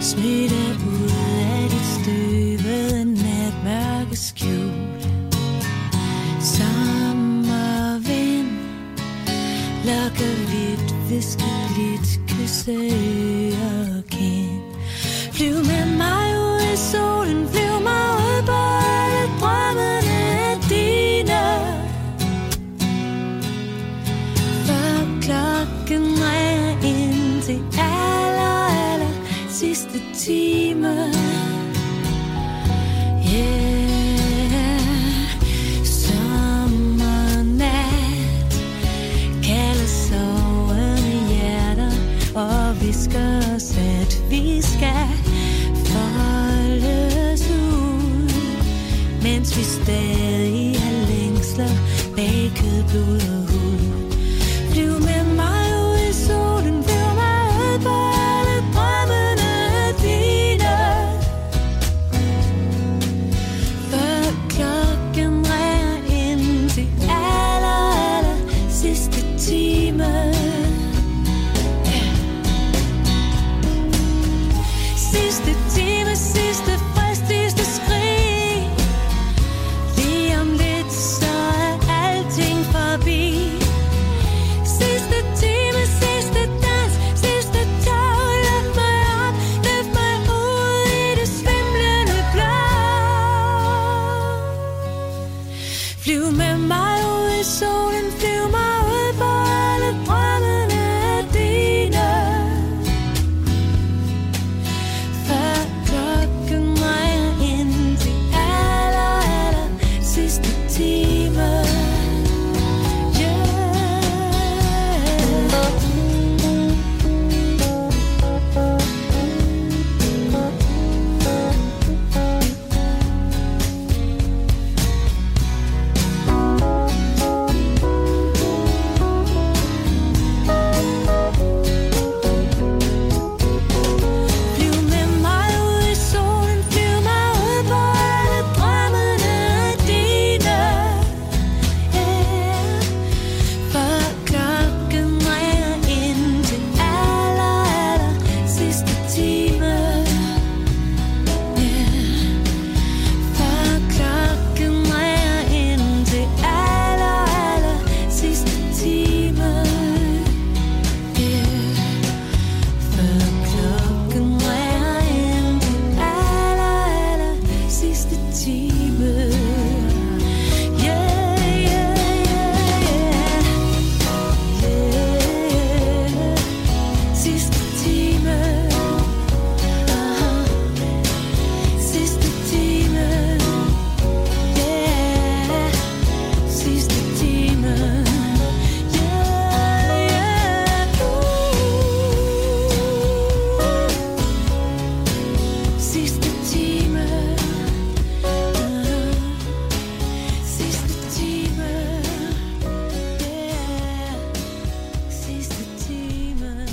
Speaker 5: Smidt ud af dit støvede natmørke skjul Sommervind Lokker vidt, viske blidt, kysse ører og kind Flyv med mig ud i solen, flyv mig ud på alle drømmene er dine før klokken ringer ind til aller, aller sidste time. Yeah, sommernat kalder sovende hjerter og visker os, at vi skal foldes ud, mens vi stadig har længsler bag kød, blod og hud. Flyv med mig ud i solen, flyv mig ud på alle drømmene dine. Før klokken ringer ind til aller, aller sidste time. Sidste time, sidste frist, sidste skridt.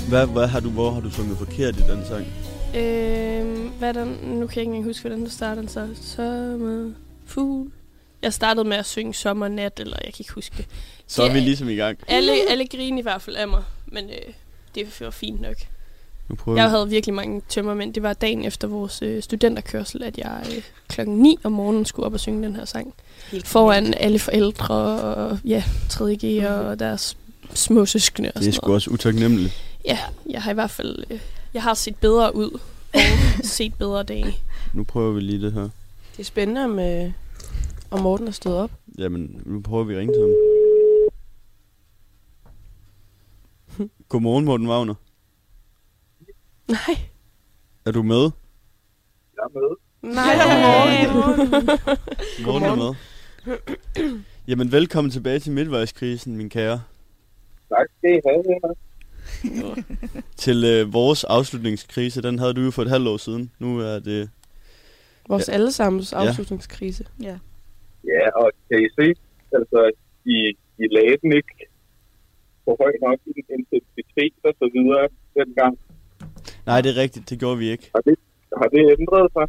Speaker 3: Hvad, hvad har du, hvor har du sunget forkert i den sang?
Speaker 6: Øhm, hvad er den? Nu kan jeg ikke engang huske, hvordan du starter den så. Sommer, fugl. Jeg startede med at synge sommernat, eller jeg kan ikke huske det.
Speaker 3: Så er
Speaker 6: Ja.
Speaker 3: vi ligesom i gang.
Speaker 6: Alle, alle griner i hvert fald af mig, men øh, det var fint nok.
Speaker 3: Nu prøver
Speaker 6: Jeg
Speaker 3: vi.
Speaker 6: havde virkelig mange tømmermænd. Det var dagen efter vores øh, studenterkørsel, at jeg øh, klokken 9 om morgenen skulle op og synge den her sang.
Speaker 4: Helt
Speaker 6: Foran alle forældre og ja, 3G og deres små søskende og
Speaker 3: Det
Speaker 6: sådan
Speaker 3: er sgu også utaknemmeligt.
Speaker 6: Ja, jeg har i hvert fald øh, jeg har set bedre ud og set bedre dage.
Speaker 3: Nu prøver vi lige det her.
Speaker 7: Det er spændende, om, øh, om Morten er stået op.
Speaker 3: Jamen, nu prøver vi at ringe til ham. Godmorgen, Morten Wagner.
Speaker 7: Nej.
Speaker 3: Er du med?
Speaker 7: Nej, Morten.
Speaker 3: Morten er med. Jamen, velkommen tilbage til Midtvejskrisen, min kære.
Speaker 11: Tak skal I have.
Speaker 3: Til øh, vores afslutningskrise, den havde du jo for et halvt år siden. Nu er det...
Speaker 7: Vores allesammens
Speaker 3: Ja.
Speaker 7: afslutningskrise.
Speaker 4: Ja.
Speaker 11: Ja, og kan I se, altså, I, I lagde den ikke på høj nok i den intensitet og så videre dengang.
Speaker 3: Nej, det er rigtigt, det gjorde vi ikke.
Speaker 11: Har det, har det ændret sig?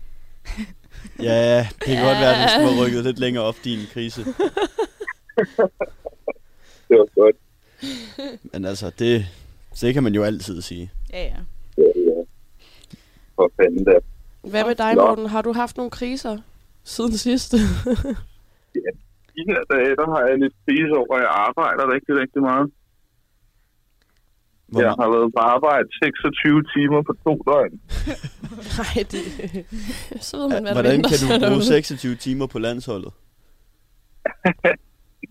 Speaker 3: Ja, det kan godt være, at den skulle have rykket lidt længere op din krise.
Speaker 11: Det var godt.
Speaker 3: Men altså, det, det kan man jo altid sige.
Speaker 4: Ja, ja.
Speaker 11: Ja, ja. For fanden da.
Speaker 7: Hvad med dig,
Speaker 11: Nå.
Speaker 7: Morten? Har du haft nogle kriser siden sidst?
Speaker 11: De her dage, der har jeg lidt pris over, at jeg arbejder rigtig, rigtig meget.
Speaker 3: Hvor,
Speaker 11: Jeg
Speaker 3: ja.
Speaker 11: har været på arbejde 26 timer på to døgn.
Speaker 7: Nej, det...
Speaker 6: Så ved man, hvad
Speaker 3: Hvordan
Speaker 6: der
Speaker 3: kan
Speaker 6: venter sig
Speaker 3: du bruge
Speaker 6: derude.
Speaker 3: 26 timer på landsholdet?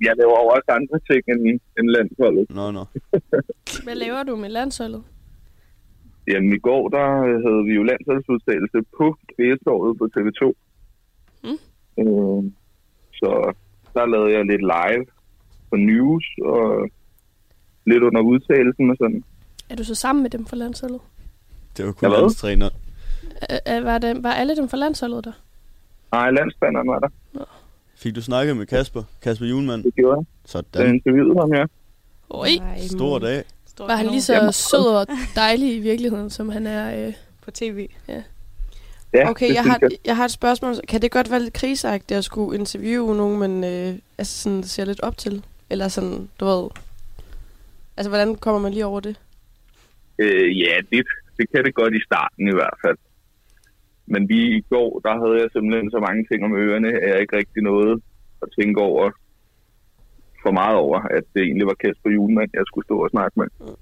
Speaker 11: Jeg laver jo også andre ting end, end landsholdet.
Speaker 3: Nå, nå.
Speaker 6: Hvad laver du med landsholdet?
Speaker 11: Jamen i går, der øh, havde vi jo landsholdsudtalelse på Kvæstorvet på TV2.
Speaker 6: Mm.
Speaker 11: Øh, så der lavede jeg lidt live på news og lidt under udtalelsen og sådan.
Speaker 6: Er du så sammen med dem fra landsholdet?
Speaker 3: Det var kun
Speaker 11: Ja, hvad?
Speaker 3: landstræner.
Speaker 6: Er, er, var, det, var alle dem fra landsholdet der?
Speaker 11: Nej, landstanderen var der.
Speaker 3: Fik du snakket med Kasper? Kasper Julemand?
Speaker 11: Det gjorde jeg. Jeg
Speaker 3: Sådan.
Speaker 11: interviewede ham, ja.
Speaker 6: Oi.
Speaker 3: Stor dag.
Speaker 4: Stor
Speaker 6: Var han
Speaker 4: kanon.
Speaker 6: lige så
Speaker 11: Jamen.
Speaker 6: sød og dejlig i virkeligheden, som han er? Øh,
Speaker 4: På tv.
Speaker 11: ja
Speaker 7: Okay,
Speaker 11: det
Speaker 7: jeg
Speaker 11: synes
Speaker 7: har, jeg har et spørgsmål. Kan det godt være lidt kriseagtigt at skulle interviewe nogen, man øh, altså sådan, ser lidt op til? Eller sådan, du ved... Altså, hvordan kommer man lige over det?
Speaker 11: Øh, ja, det, det kan det godt i starten i hvert fald. Men lige i går, der havde jeg simpelthen så mange ting om ørerne, at jeg ikke rigtig nåede at tænke over for meget over, at det egentlig var Kasper Julemand, jeg skulle stå og snakke med.
Speaker 7: Mm. Det, er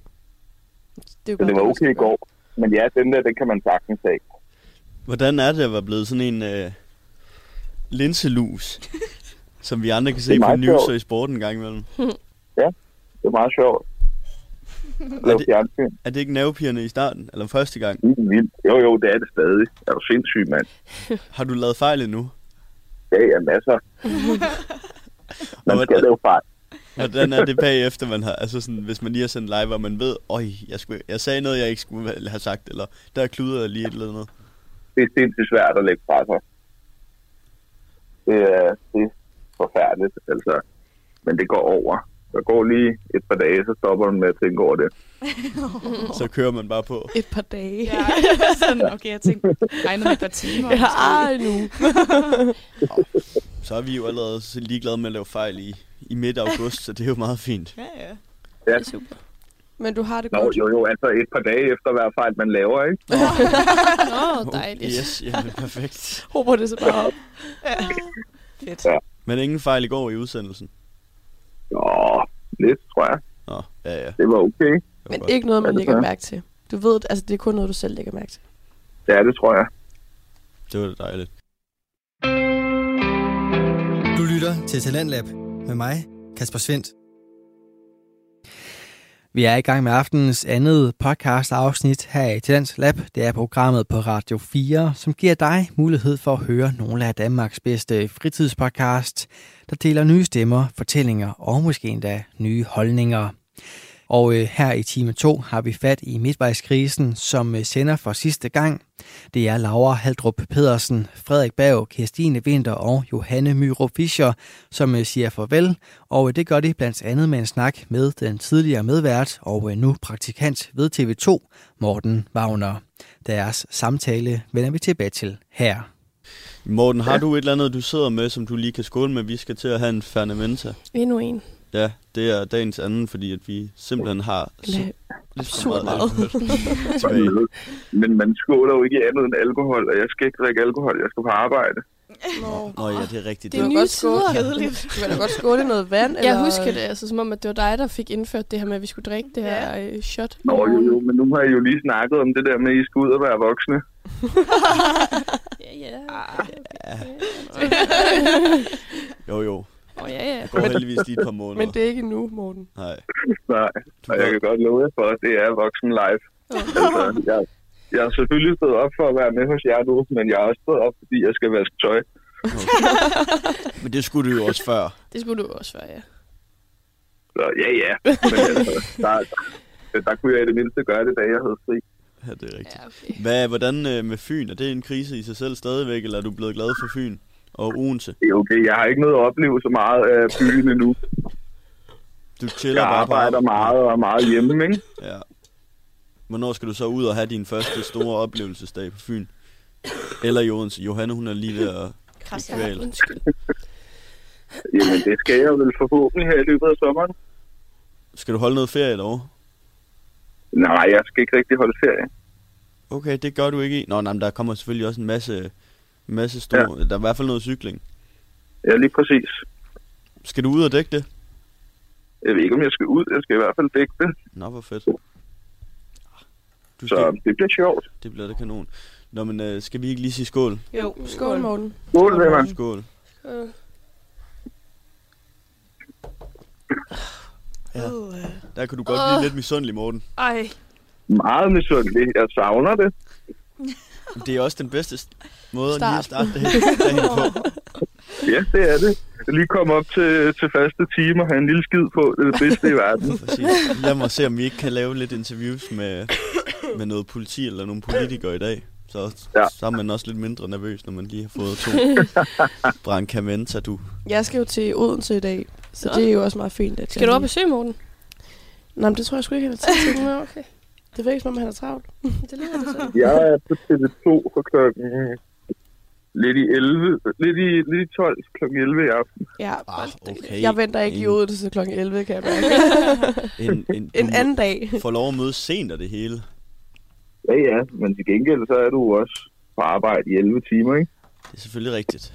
Speaker 7: jo
Speaker 11: Så det
Speaker 7: godt,
Speaker 11: var
Speaker 7: at man
Speaker 11: okay
Speaker 7: skal
Speaker 11: i går. Men ja, den der, den kan man sagtens tage.
Speaker 3: Hvordan er det at være blevet sådan en øh, linselus, som vi andre kan
Speaker 11: Det
Speaker 3: se
Speaker 11: er
Speaker 3: på
Speaker 11: meget
Speaker 3: news
Speaker 11: sjovt.
Speaker 3: og i sporten en gang imellem?
Speaker 11: Det er meget sjovt. Lave
Speaker 3: det-
Speaker 11: fjernsyn. Mm.
Speaker 3: Er det ikke nervepigerne i starten, eller første gang?
Speaker 11: Det er vildt. Jo, jo, det er det stadig. Er du sindssyg, mand?
Speaker 3: Har du lavet fejl endnu?
Speaker 11: Ja, ja, masser. Man
Speaker 3: Og
Speaker 11: skal
Speaker 3: hvordan-
Speaker 11: lave fejl.
Speaker 3: Hvordan er det bagefter, man har, altså sådan, hvis man lige har sendt live, og man ved, øj, jeg, skulle, jeg sagde noget, jeg ikke skulle have sagt, eller der kludrede jeg lige et eller andet.
Speaker 11: Det er sindssygt svært at lægge fra sig. Det er, det er forfærdeligt, altså. Men det går over. Der går lige et par dage, så stopper man med at tænke over det.
Speaker 3: Så kører man bare på.
Speaker 7: Et par dage.
Speaker 4: Ja, sådan, okay, jeg tænkte, regnede med et par timer.
Speaker 7: Ja, ej nu.
Speaker 3: Så er vi jo allerede så ligeglade med at lave fejl i, i midt august, så det er jo meget fint.
Speaker 4: Ja, ja.
Speaker 11: Ja.
Speaker 6: det er super.
Speaker 7: Men du har det
Speaker 11: Nå,
Speaker 7: godt.
Speaker 11: jo, jo, altså et par dage efter hver fejl, man laver, ikke?
Speaker 6: Nå, dejligt.
Speaker 3: Yes, jamen perfekt.
Speaker 7: Håber det så bare op.
Speaker 4: Fedt.
Speaker 3: Men ingen fejl i går i udsendelsen.
Speaker 11: Nå, lidt, tror jeg.
Speaker 3: Nå, ja, ja.
Speaker 11: Det var okay.
Speaker 3: Det var
Speaker 7: Men
Speaker 3: godt.
Speaker 7: ikke noget, man
Speaker 11: Ja, det
Speaker 7: lægger
Speaker 11: tror jeg.
Speaker 7: mærke til. Du ved, altså det er kun noget, du selv lægger mærke til.
Speaker 11: Ja, det tror jeg.
Speaker 3: Det var da dejligt.
Speaker 1: Du lytter til Talentlab med mig, Kasper Svendt. Vi er i gang med aftenens andet podcast afsnit her i Talents Lab. Det er programmet på Radio 4, som giver dig mulighed for at høre nogle af Danmarks bedste fritidspodcast, der deler nye stemmer, fortællinger og måske endda nye holdninger. Og øh, her i time 2 har vi fat i midtvejskrisen, som øh, sender for sidste gang. Det er Laura Haldrup Pedersen, Frederik Berg, Kirstine Winter og Johanne Myrup Fischer, som øh, siger farvel. Og øh, det gør de blandt andet med en snak med den tidligere medvært og øh, nu praktikant ved TV2, Morten Wagner. Deres samtale vender vi tilbage til her.
Speaker 3: Morten, har du et eller andet, du sidder med, som du lige kan skåle med? Vi skal til at have en Fernamenta.
Speaker 6: Endnu en.
Speaker 3: Ja, det er dagens anden, fordi at vi simpelthen har så, lidt
Speaker 4: absurd
Speaker 3: alkohol tilbage.
Speaker 11: Men, men man skåler jo ikke i andet end alkohol, og jeg skal ikke drikke alkohol, jeg skal på arbejde.
Speaker 3: Nå ja, det er
Speaker 6: Det
Speaker 3: rigtigt. Det
Speaker 6: er
Speaker 3: er
Speaker 6: nye tider.
Speaker 4: Kedeligt.
Speaker 7: Du kan da godt skåle i noget vand, eller...
Speaker 6: Jeg husker det, altså, som om, at det var dig, der fik indført det her med, at vi skulle drikke det her øh, shot.
Speaker 11: Nå jo, jo, men nu har jeg jo lige snakket om det der med, at I skal ud og være voksne.
Speaker 6: Ja, ja.
Speaker 3: Jo, jo.
Speaker 6: Åh, ja, ja.
Speaker 3: Det går heldigvis lige et par måneder.
Speaker 7: Men det er ikke nu, Morten.
Speaker 3: Nej.
Speaker 11: Nej, og jeg kan godt love jer for, at det er voksen life. Altså, jeg, jeg er selvfølgelig stået op for at være med hos jer nu, men jeg er også stået op, fordi jeg skal vaske tøj.
Speaker 3: Men det skulle du jo også før.
Speaker 6: Det skulle du også være, ja.
Speaker 11: Så ja, ja. Men altså, der, der kunne jeg i det mindste gøre det, da jeg havde fri.
Speaker 3: Ja, det er rigtigt.
Speaker 6: ja okay.
Speaker 3: Hvad, hvordan øh, med Fyn? Er det en krise i sig selv stadigvæk, eller er du blevet glad for Fyn og Odense?
Speaker 11: Det er okay, jeg har ikke noget at opleve så meget af byen endnu.
Speaker 3: Du chiller
Speaker 11: Jeg
Speaker 3: bare på
Speaker 11: arbejder
Speaker 3: arbejde.
Speaker 11: meget og er meget hjemme, ikke?
Speaker 3: Ja. Hvornår skal du så ud og have din første store oplevelsesdag på Fyn? Eller i Odense? Johanne, hun er lige ved at blive kvalt.
Speaker 6: Undskyld.
Speaker 11: Jamen, det skal jeg vel forhåbentlig her i løbet af sommeren.
Speaker 3: Skal du holde noget ferie derovre?
Speaker 11: Nej, jeg skal ikke rigtig holde ferie.
Speaker 3: Okay, det gør du ikke i. Nå, nej, men der kommer selvfølgelig også en masse, masse store... Ja. Der er i hvert fald noget cykling.
Speaker 11: Ja, lige præcis.
Speaker 3: Skal du ud og dække det?
Speaker 11: Jeg ved ikke, om jeg skal ud. Jeg skal i hvert fald dække det.
Speaker 3: Nå, hvor fedt. Du
Speaker 11: Så
Speaker 3: skal,
Speaker 11: det bliver sjovt.
Speaker 3: det bliver da kanon. Nå, men øh, skal vi ikke lige sige skål?
Speaker 7: Jo, skål, Morten.
Speaker 11: Skål, venner.
Speaker 3: Skål.
Speaker 6: Øh,
Speaker 3: Der kan du godt blive lidt misundelig, Morten.
Speaker 6: Ej,
Speaker 11: Meget misundelig. altså. Jeg savner det.
Speaker 3: Men Det er også den bedste st- måde at lige at
Speaker 4: Start.
Speaker 3: starte det her dagen på.
Speaker 11: Ja, det er det. Lige komme op til, til faste timer og have en lille skid på. Det er det bedste i verden.
Speaker 3: Præcis. Lad mig se, om vi ikke kan lave lidt interviews med, med noget politi eller nogle politikere i dag. Så, ja.
Speaker 11: Ja.
Speaker 3: så er man også lidt mindre nervøs, når man lige har fået to brancamenta, du.
Speaker 7: Jeg skal jo til Odense i dag, så det er jo også meget fint. At
Speaker 6: skal
Speaker 7: jeg
Speaker 6: du op og
Speaker 7: lige-
Speaker 6: besøge Morten?
Speaker 7: Nej, men det tror jeg sgu ikke, han har tid til.
Speaker 6: Nå, Øh, okay.
Speaker 7: Det virker som om, han er travlt.
Speaker 6: Det lyder altså- det sådan.
Speaker 11: Jeg er på TV2 for klokken... Lidt i 11, lidt i, lidt i 12, klokken 11 i aften.
Speaker 7: Ja,
Speaker 3: Ah, okay.
Speaker 7: jeg venter ikke i
Speaker 3: En-
Speaker 7: Odense til kl. 11, kan jeg mærke.
Speaker 3: En, en,
Speaker 7: en
Speaker 3: du
Speaker 7: anden dag.
Speaker 3: får lov at møde sent af det hele.
Speaker 11: Ja, ja, men til gengæld så er du også på arbejde i 11 timer, ikke?
Speaker 3: Det er selvfølgelig rigtigt.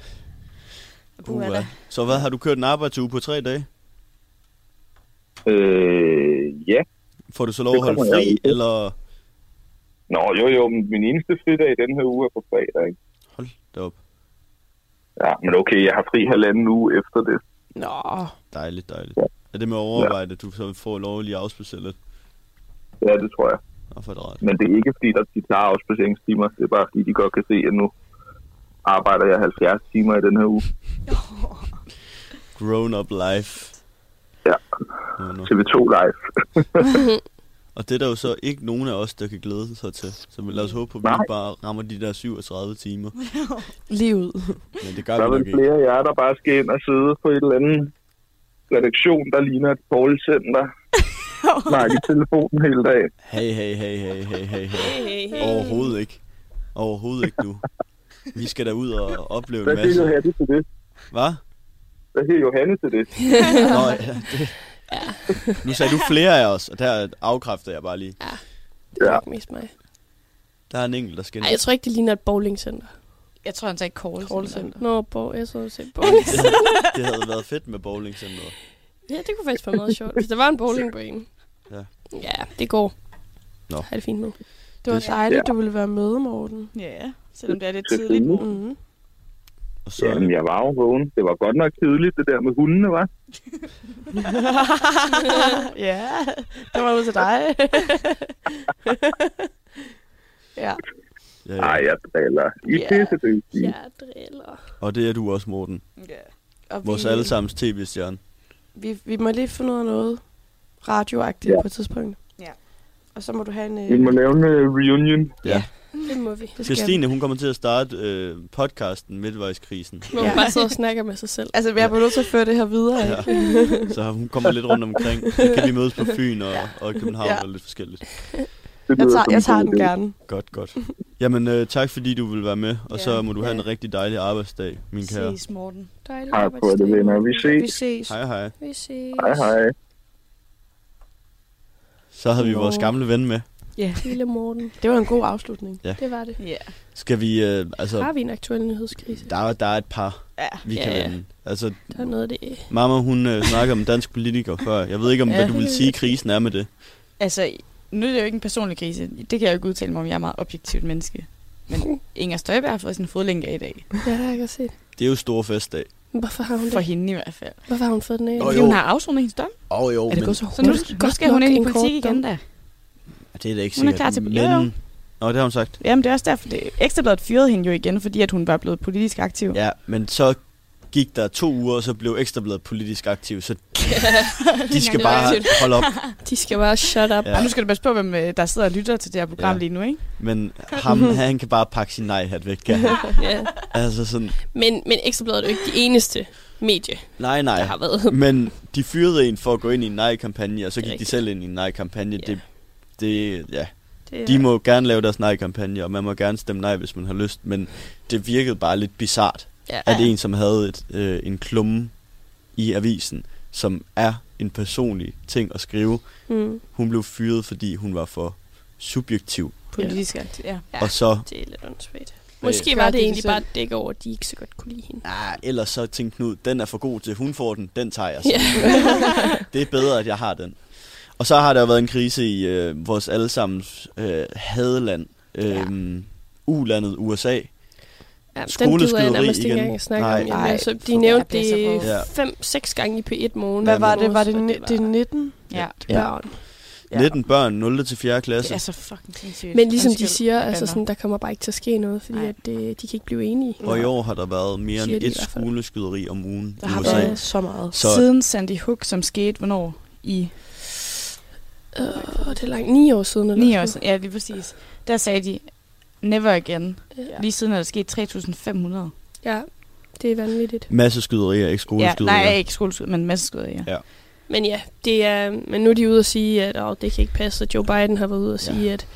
Speaker 4: Uha da.
Speaker 3: Så hvad, har du kørt en arbejdsuge på tre dage?
Speaker 11: Øh, ja.
Speaker 3: Får du så lov at
Speaker 11: Det
Speaker 3: holde
Speaker 11: kommer jeg
Speaker 3: fri,
Speaker 11: ikke.
Speaker 3: eller...
Speaker 11: Nå, jo, jo, men min eneste fridag i den her uge er på fredag, ikke?
Speaker 3: Hold da op.
Speaker 11: Ja, men okay, jeg har fri halvanden uge efter det.
Speaker 7: Nå,
Speaker 3: Dejligt, dejligt. Er det med overarbejde, du så får lov at lige at afspacere lidt?
Speaker 11: Ja, det tror jeg.
Speaker 3: Og for drejet.
Speaker 11: Men det er ikke, fordi der de klarer afspaceringstimer. Det er bare, fordi de godt kan se, at nu arbejder jeg 70 timer i den her uge.
Speaker 3: Grown up life.
Speaker 11: Ja.
Speaker 3: Nå, nå.
Speaker 11: TV2 Live.
Speaker 3: Og det er der jo så ikke nogen af os, der kan glæde sig til. Så lad os håbe på, at vi
Speaker 11: Nej.
Speaker 3: ikke bare rammer de der 37 timer.
Speaker 7: lige ud.
Speaker 3: Men det
Speaker 11: Der
Speaker 3: gør
Speaker 11: er
Speaker 3: vi
Speaker 11: vel
Speaker 3: nok ikke.
Speaker 11: flere af jer, der bare skal ind og sidde på et eller andet redaktion, der ligner et callcenter. Snakke i telefonen hele dagen.
Speaker 3: Hey, hey, hey, hey, hey, hey, hey.
Speaker 6: Hey, hey.
Speaker 3: Overhovedet ikke. Overhovedet ikke nu. Vi skal da ud og opleve
Speaker 11: Hvad
Speaker 3: en
Speaker 11: siger
Speaker 3: masse.
Speaker 11: Johanne til det?
Speaker 3: Hvad?
Speaker 11: Hvad siger Johanne til det?
Speaker 3: Nå, ja, det. Nu sagde du flere af os, og der afkræfter jeg bare lige.
Speaker 6: Det er
Speaker 11: Ja.
Speaker 6: nok mest mig.
Speaker 3: Der er en enkelt, der skal.
Speaker 6: Ej, jeg tror ikke, det ligner et bowlingcenter.
Speaker 4: Jeg tror, han sagde call.
Speaker 7: Call center.
Speaker 6: Nå, bo jeg så se bowling.
Speaker 3: Det havde været fedt med bowlingcenteret.
Speaker 6: ja, det kunne faktisk være meget sjovt, hvis der var en bowlingbane.
Speaker 3: Ja.
Speaker 6: Ja, det går.
Speaker 3: Nå.
Speaker 6: Har det fint med.
Speaker 7: Det var dejligt, du ville være med, Morten.
Speaker 4: Ja, selvom det er lidt tidligt.
Speaker 7: Mm.
Speaker 3: Og så,
Speaker 11: Jamen, jeg var jo vågen. Det var godt nok kedeligt, det der med hundene, var.
Speaker 7: ja, det var ud til dig. ja,
Speaker 3: ja,
Speaker 11: Nej,
Speaker 3: ja.
Speaker 11: jeg driller. I
Speaker 7: Ja.
Speaker 11: yeah. pissedygtige.
Speaker 6: Jeg driller.
Speaker 3: Og det er du også, Morten.
Speaker 4: Ja.
Speaker 7: og
Speaker 3: Vores
Speaker 7: vi,
Speaker 3: allesammens tv-stjerne.
Speaker 7: vi, vi må lige finde ud af noget. radioagtigt
Speaker 11: Ja.
Speaker 7: ja. på et tidspunkt.
Speaker 4: Ja.
Speaker 7: Og så må du have en...
Speaker 11: Vi må lave en øh, reunion.
Speaker 3: Ja.
Speaker 6: Det må vi.
Speaker 7: det skal-
Speaker 3: Christine, hun kommer til at starte øh, podcasten Midtvejskrisen.
Speaker 6: Hvor man bare sidder og snakker med sig selv.
Speaker 7: Altså, jeg bliver nødt til at føre det her videre.
Speaker 3: Ja.
Speaker 7: Ja.
Speaker 3: Så hun kommer lidt rundt omkring. Så kan vi mødes på Fyn og, og i København
Speaker 7: Ja.
Speaker 3: og lidt forskelligt.
Speaker 11: Det
Speaker 7: Jeg,
Speaker 11: lyder
Speaker 7: tager,
Speaker 11: som
Speaker 7: jeg
Speaker 11: en
Speaker 7: tager
Speaker 11: god
Speaker 7: den
Speaker 11: idé.
Speaker 7: gerne.
Speaker 3: Godt, godt. Jamen, øh, tak fordi du vil være med. Og så
Speaker 4: Ja.
Speaker 3: må du have en rigtig dejlig arbejdsdag, min kære.
Speaker 4: Ses, Morten.
Speaker 5: Dejlig
Speaker 11: Tak for det,
Speaker 5: arbejdsdag.
Speaker 11: venner. Vi
Speaker 7: Vi
Speaker 11: ses.
Speaker 7: ses.
Speaker 3: Hej, hej.
Speaker 5: Vi ses.
Speaker 11: Hej, hej.
Speaker 3: Så havde vi vores
Speaker 7: Nå.
Speaker 3: gamle ven med.
Speaker 6: Lille Morten.
Speaker 7: Det var en god afslutning.
Speaker 6: Det var det.
Speaker 4: Ja.
Speaker 3: Skal vi, øh, altså,
Speaker 6: Har vi en aktuel nyhedskrise?
Speaker 3: der, er- der er et par,
Speaker 4: Ja.
Speaker 3: vi kan
Speaker 6: Ja.
Speaker 3: vende. Altså,
Speaker 6: Der er noget af det.
Speaker 3: mamma, hun øh, snakker om dansk politiker før. Jeg ved ikke, om hvad
Speaker 4: Ja.
Speaker 3: du vil sige, krisen er med det.
Speaker 4: Altså, nu er det jo ikke en personlig krise. Det kan jeg jo ikke udtale mig om. Jeg er meget objektivt menneske. Men Inger Støjberg har fået sin fodlænke af i dag.
Speaker 6: Ja, det har jeg godt set.
Speaker 3: Det er jo stor festdag.
Speaker 6: Men Hvorfor har hun
Speaker 4: For
Speaker 6: det?
Speaker 4: hende i hvert fald.
Speaker 6: Hvorfor har hun fået den af?
Speaker 3: Nå,
Speaker 4: Øh, Fordi
Speaker 3: jo.
Speaker 4: hun har afsonet hendes dom.
Speaker 3: Åh oh, jo,
Speaker 4: Er det
Speaker 3: men
Speaker 4: gået så hurtigt? Nu, nu skal hun
Speaker 6: Godt
Speaker 4: ind i
Speaker 6: nok en
Speaker 4: politik
Speaker 6: kort
Speaker 4: igen, da.
Speaker 3: det er da ikke
Speaker 4: Hun er
Speaker 3: sikkert.
Speaker 4: klar til-
Speaker 3: men...
Speaker 4: Jo, jo.
Speaker 3: Nå, det har hun sagt.
Speaker 4: Jamen, det er også derfor, det Ekstrabladet fyrede hende jo igen, fordi at hun var blevet politisk aktiv.
Speaker 3: Ja, men så gik der to uger, og så blev Ekstrabladet politisk aktiv, så de skal bare holde op.
Speaker 6: De skal bare shut up.
Speaker 4: Og
Speaker 3: Ja.
Speaker 4: nu skal du passe på, hvem øh, der sidder og lytter til det her program
Speaker 3: Ja.
Speaker 4: lige nu, ikke?
Speaker 3: Men ham, han kan bare pakke sin nej-hat væk, kan han?
Speaker 6: Ja.
Speaker 3: Altså sådan,
Speaker 6: Men, men Ekstrabladet er jo ikke det eneste medie,
Speaker 3: nej,
Speaker 6: der
Speaker 3: nej.
Speaker 6: har været.
Speaker 3: Men de fyrede en for at gå ind i en nej-kampagne, og så
Speaker 6: Det er
Speaker 3: gik de
Speaker 6: rigtigt.
Speaker 3: selv ind i en nej-kampagne.
Speaker 6: Ja.
Speaker 3: Det, det, ja.
Speaker 4: Det,
Speaker 3: De må gerne lave deres nej-kampagne, og man må gerne stemme nej, hvis man har lyst. Men det virkede bare lidt bizart,
Speaker 6: Ja.
Speaker 3: at en, som havde et, øh, en klumme i avisen, som er en personlig ting at skrive,
Speaker 6: Mm.
Speaker 3: hun blev fyret, fordi hun var for subjektiv.
Speaker 4: politisk aktiv. Ja.
Speaker 6: Ja.
Speaker 3: Og så
Speaker 6: Det er lidt åndssvagt. Måske
Speaker 7: Gør
Speaker 6: var det
Speaker 7: de
Speaker 6: egentlig
Speaker 7: det
Speaker 6: bare et dæk over, at de ikke så godt kunne lide hende.
Speaker 3: Ah, ellers så tænkte Knud, den er for god til, hun får den, den tager jeg så.
Speaker 6: Ja.
Speaker 3: Det er bedre, at jeg har den. Og så har der jo været en krise i øh, vores allesammens øh, hadeland, øh, ulandet USA.
Speaker 6: Ja, den gider
Speaker 3: Skoleskyderi
Speaker 6: jeg nærmest
Speaker 3: igen.
Speaker 6: ikke engang at snakke
Speaker 3: Nej.
Speaker 6: om. Jamen,
Speaker 7: Nej,
Speaker 6: altså, de
Speaker 7: for-
Speaker 6: nævnte
Speaker 4: jeg bliver
Speaker 6: det
Speaker 4: så
Speaker 3: vred.
Speaker 6: fem-seks gange i P1 morgen.
Speaker 7: Hvad
Speaker 3: Ja,
Speaker 7: var
Speaker 3: men-
Speaker 7: det? Var det, ni- det er 19?
Speaker 4: ja.
Speaker 3: Ja.
Speaker 7: Børn.
Speaker 3: Ja. 19 børn, 0. til 4.
Speaker 4: Det
Speaker 3: klasse.
Speaker 4: er så fucking sindssygt.
Speaker 6: Men ligesom de
Speaker 4: Undskyld.
Speaker 6: siger, altså
Speaker 4: Banner.
Speaker 6: sådan, der kommer bare ikke til at ske noget, fordi
Speaker 4: Nej.
Speaker 6: at, det, de kan ikke blive enige.
Speaker 3: Og i år har der været mere end
Speaker 6: Siger de i
Speaker 3: et
Speaker 6: hvert fald.
Speaker 3: skoleskyderi om ugen
Speaker 4: Der
Speaker 3: i
Speaker 4: har
Speaker 3: USA.
Speaker 4: været-
Speaker 7: så meget.
Speaker 3: Så
Speaker 4: Siden Sandy Hook, som skete, hvornår? I
Speaker 6: Øh, det er langt ni år siden. Eller
Speaker 4: 9
Speaker 6: sådan
Speaker 4: år siden. Ja, lige præcis. Der sagde de, never again.
Speaker 6: noget.
Speaker 4: Lige siden er der sket 3.500.
Speaker 6: Ja, det er vanvittigt.
Speaker 3: masse skyderier, ikke
Speaker 4: Ja,
Speaker 3: skoleskyderier.
Speaker 4: nej, ikke skoleskud, men masseskyderier.
Speaker 6: Men ja, det er, men nu er de ude og sige, at åh, det kan ikke passe, at Joe Biden har været ude og
Speaker 3: Ja.
Speaker 6: sige, at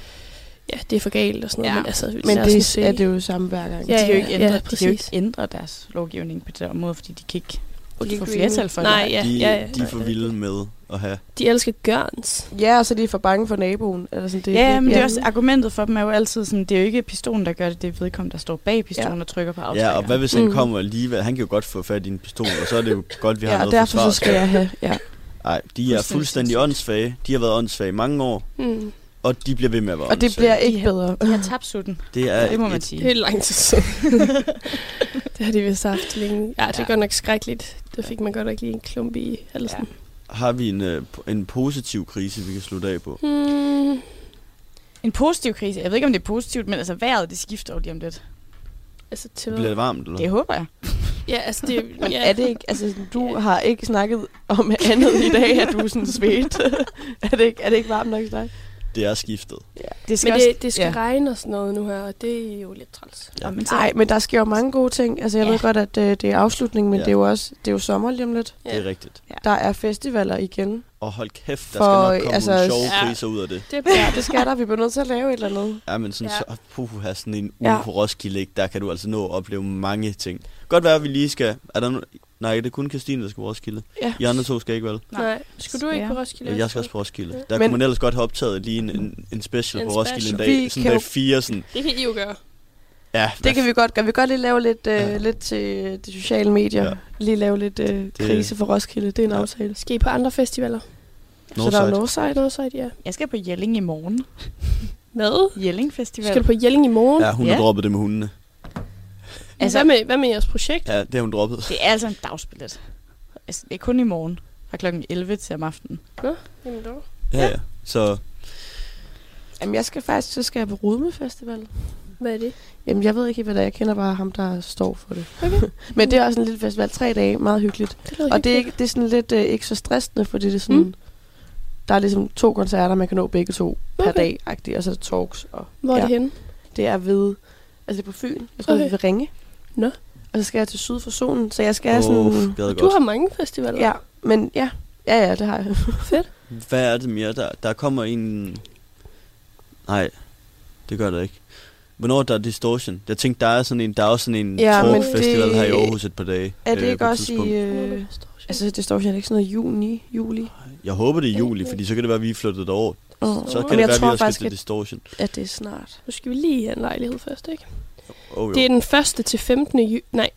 Speaker 6: ja, det er for galt og sådan noget.
Speaker 4: Ja.
Speaker 6: Men, altså,
Speaker 7: Men
Speaker 6: lad os
Speaker 7: det
Speaker 6: nu
Speaker 7: er,
Speaker 6: se.
Speaker 7: er det jo samme hver gang.
Speaker 4: Ja, de kan jo ikke
Speaker 6: ja,
Speaker 4: ændre,
Speaker 6: ja,
Speaker 4: ja, de kan jo
Speaker 6: præcis.
Speaker 4: ikke ændre deres lovgivning på det område, fordi de kan ikke, de kan
Speaker 7: ikke
Speaker 4: ikke få
Speaker 7: blive
Speaker 4: flertal for
Speaker 6: Nej,
Speaker 4: det.
Speaker 6: ja,
Speaker 3: de,
Speaker 6: ja, ja.
Speaker 3: de er for vilde med at have.
Speaker 6: De elsker Gørns.
Speaker 7: Ja, og så er de for bange for naboen. Eller sådan, det er
Speaker 4: Ja,
Speaker 7: virkelig-
Speaker 4: men det er også, argumentet for dem er jo altid sådan, det er jo ikke pistolen, der gør det, det er vedkommende, der står bag pistolen og trykker på
Speaker 3: Ja,
Speaker 4: aftrækkeren.
Speaker 3: og hvad hvis han
Speaker 6: Mm.
Speaker 3: kommer alligevel? Han kan jo godt få fat i en pistol, og så er det jo godt, vi har
Speaker 7: Ja, og
Speaker 3: noget
Speaker 7: derfor så
Speaker 3: forsvar.
Speaker 7: skal jeg have... Ja.
Speaker 3: Nej, de er
Speaker 4: Fuldstændig
Speaker 3: fuldstændig
Speaker 4: sindssygt.
Speaker 3: åndssvage. De har været åndssvage i mange år,
Speaker 6: Mm.
Speaker 3: og de bliver ved med at være
Speaker 7: Og det
Speaker 3: åndssvage.
Speaker 7: bliver ikke bedre.
Speaker 4: De har tabt sutten,
Speaker 3: Det er
Speaker 4: det må man
Speaker 3: et
Speaker 6: Det er
Speaker 4: sige.
Speaker 6: lang tid siden. det har de vist haft længe. Ja, det er
Speaker 4: Ja.
Speaker 6: godt nok skrækkeligt. Der fik man godt nok lige en klump i halsen.
Speaker 3: har vi en, øh, po- en positiv krise, vi kan slutte af på.
Speaker 6: Ja. Hmm.
Speaker 4: En positiv krise, jeg ved ikke, om det er positivt, men altså vejret, det skifter jo lige om lidt.
Speaker 6: Altså, til
Speaker 3: Det bliver det varmt, eller?
Speaker 4: Det håber jeg.
Speaker 6: Ja, altså det...
Speaker 7: Men
Speaker 6: ja.
Speaker 7: er det ikke... Altså, sådan, du har ikke snakket om andet i dag, at du er sådan svedt. er, det ikke, er det ikke varmt nok til dig?
Speaker 3: Det er skiftet.
Speaker 4: Det
Speaker 6: Men det, det skal
Speaker 4: ja.
Speaker 6: ja. regne og sådan noget nu her, og det er jo lidt træls.
Speaker 4: Ja, men så,
Speaker 7: Nej, men der sker jo mange gode ting. Altså, jeg
Speaker 6: Ja.
Speaker 7: ved godt, at øh, det er afslutning, men
Speaker 3: Ja.
Speaker 7: det er jo også det er jo sommer lige om lidt.
Speaker 3: Ja. Det er rigtigt.
Speaker 7: Der er festivaler igen.
Speaker 3: Og hold kæft, der
Speaker 7: For,
Speaker 3: skal nok komme altså,
Speaker 7: altså,
Speaker 3: nogle sjove
Speaker 6: ja.
Speaker 3: priser ud af det.
Speaker 6: Det er
Speaker 7: Ja, det skal der. Vi bliver nødt til at lave et eller andet.
Speaker 3: Ja, men sådan,
Speaker 6: Ja.
Speaker 3: ja. så, puh, have sådan en uge
Speaker 7: Ja.
Speaker 3: på Roskilde, ikke? der kan du altså nå at opleve mange ting. Godt være, at vi lige skal... Er der no- Nej, det er kun Christine, der skal på Roskilde.
Speaker 7: Ja.
Speaker 3: I andre to skal ikke, vel?
Speaker 6: Nej, skulle du ikke på
Speaker 4: Desværre.
Speaker 6: Roskilde?
Speaker 3: Ja, jeg skal også på Roskilde. Der
Speaker 7: Men-
Speaker 3: kunne man ellers godt have optaget lige en, en, en special
Speaker 6: En
Speaker 3: på Roskilde en
Speaker 6: special.
Speaker 3: dag.
Speaker 7: Vi
Speaker 3: Sådan
Speaker 7: kan
Speaker 3: dag
Speaker 7: jo-
Speaker 3: fire, sådan...
Speaker 6: Det kan I jo gøre.
Speaker 3: Ja,
Speaker 7: Det kan vi godt gøre. Vi kan godt lige lave lidt, øh,
Speaker 3: Ja.
Speaker 7: ja. lidt til de sociale medier.
Speaker 3: Ja.
Speaker 7: Ja. Lige lave lidt øh, krise for Roskilde. Det er en
Speaker 3: Ja.
Speaker 7: ja. aftale.
Speaker 6: Skal I på andre festivaler?
Speaker 7: så der
Speaker 3: Northside.
Speaker 7: er Northside.
Speaker 6: Northside, ja.
Speaker 4: jeg skal på Jelling i morgen.
Speaker 6: Hvad?
Speaker 4: Jelling Festival.
Speaker 6: Skal du på Jelling i morgen?
Speaker 3: Ja, hun har
Speaker 4: Ja.
Speaker 3: droppet det med hundene.
Speaker 6: Altså, hvad, med, hvad med jeres projekt?
Speaker 3: Ja, det har hun droppet.
Speaker 4: Det er altså en dagsbillet. Altså, det er kun i morgen fra kl. 11 til om aftenen.
Speaker 6: Jamen, dog.
Speaker 3: Ja, ja. Så
Speaker 7: Jamen, jeg skal faktisk, så skal jeg på Rudme Festival.
Speaker 6: Hvad er det?
Speaker 7: Jamen, jeg ved ikke, hvad det er. Jeg kender bare ham, der står for det. Okay. men det er også en lille festival. Tre dage. Meget hyggeligt.
Speaker 6: Det lyder
Speaker 7: Og det er,
Speaker 6: hyggeligt.
Speaker 7: ikke, det er sådan lidt øh, ikke så stressende, fordi det er sådan...
Speaker 6: Mm.
Speaker 7: Mm. Der er ligesom to koncerter, man kan nå begge to okay. per dag, -agtigt, og så er det talks. Og,
Speaker 6: Hvor er det henne?
Speaker 7: Det er ved, altså det er på Fyn. Jeg tror,
Speaker 6: Okay.
Speaker 7: okay. det er ved Ringe.
Speaker 6: Nå.
Speaker 7: Og så skal jeg til Syd for Solen, så jeg skal oh,
Speaker 3: Åh,
Speaker 7: sådan...
Speaker 3: gad
Speaker 6: Du
Speaker 3: godt.
Speaker 6: har mange festivaler.
Speaker 7: Ja, men ja. Ja, ja, det har jeg.
Speaker 6: Fedt.
Speaker 3: Hvad er det mere? Der, der kommer en... Nej, det gør der ikke. Hvornår er der distortion? Jeg tænkte, der er sådan en, der er også sådan en
Speaker 7: Ja,
Speaker 3: ja,
Speaker 7: men
Speaker 3: festival
Speaker 7: det-
Speaker 3: her i Aarhus et par dage.
Speaker 7: Er det
Speaker 3: øh,
Speaker 7: ikke
Speaker 3: på et
Speaker 7: også
Speaker 3: tidspunkt.
Speaker 7: i... Øh, altså, det står jo ikke sådan noget juni, juli.
Speaker 3: Jeg håber, det er i juli, fordi så kan det være, at vi er flyttet derover.
Speaker 7: Oh.
Speaker 3: Så
Speaker 7: Men
Speaker 3: kan det
Speaker 7: jeg
Speaker 3: være, at vi
Speaker 7: tror
Speaker 3: også skal
Speaker 7: faktisk,
Speaker 3: til
Speaker 7: at-
Speaker 3: distortion.
Speaker 7: At det er snart.
Speaker 6: Nu skal vi lige have en lejlighed først, ikke?
Speaker 3: Oh, jo.
Speaker 6: Det er den første til 15. Ju- nej,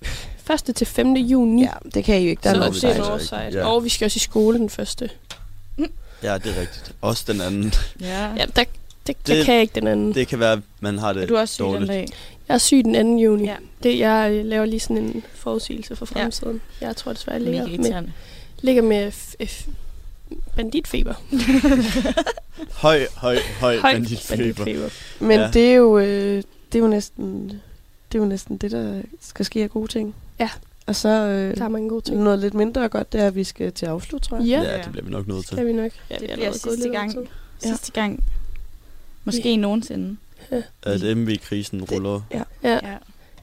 Speaker 6: første til 5. juni.
Speaker 7: Ja, det kan I jo ikke. Der er
Speaker 6: så
Speaker 3: når
Speaker 7: noget
Speaker 3: vi
Speaker 6: det er
Speaker 7: sejt.
Speaker 3: altså
Speaker 6: en
Speaker 3: ikke.
Speaker 6: sejt.
Speaker 3: Ja.
Speaker 6: Og vi skal også i skole den første.
Speaker 3: Ja, det er rigtigt. Også den anden.
Speaker 4: Ja.
Speaker 6: Ja, der, der, der
Speaker 3: Det-
Speaker 6: kan jeg ikke den anden.
Speaker 3: Det kan være, at man har det
Speaker 4: Er du også syg den
Speaker 3: dårligt.
Speaker 4: dag?
Speaker 6: Jeg er syg den 2. juni.
Speaker 4: Ja.
Speaker 6: Det, jeg øh, laver lige sådan en forudsigelse for
Speaker 4: Ja.
Speaker 6: fremtiden. Ja. Jeg tror desværre, jeg
Speaker 4: Mega
Speaker 6: ligger med,
Speaker 4: irriterende.
Speaker 6: ligger med f- f- banditfeber.
Speaker 3: Høj, høj, høj, høj
Speaker 6: Høj
Speaker 3: banditfeber.
Speaker 7: Men
Speaker 3: Ja.
Speaker 7: ja. det, er jo, øh, det er jo næsten... Det er jo næsten det, der skal ske af gode ting.
Speaker 6: Ja.
Speaker 7: Og så øh,
Speaker 6: Der er mange gode ting.
Speaker 7: noget lidt mindre godt, det er, at vi skal til afslut, tror jeg.
Speaker 6: Ja,
Speaker 3: Ja, det bliver vi nok nødt
Speaker 6: det
Speaker 3: til.
Speaker 6: skal vi nok. Ja,
Speaker 4: Det
Speaker 6: er
Speaker 4: bliver
Speaker 6: allerede gået
Speaker 4: sidste
Speaker 6: lidt over
Speaker 4: gang.
Speaker 6: tid.
Speaker 7: Ja.
Speaker 4: Sidste gang. Måske nogensinde.
Speaker 3: At MV-krisen ruller.
Speaker 4: Ja.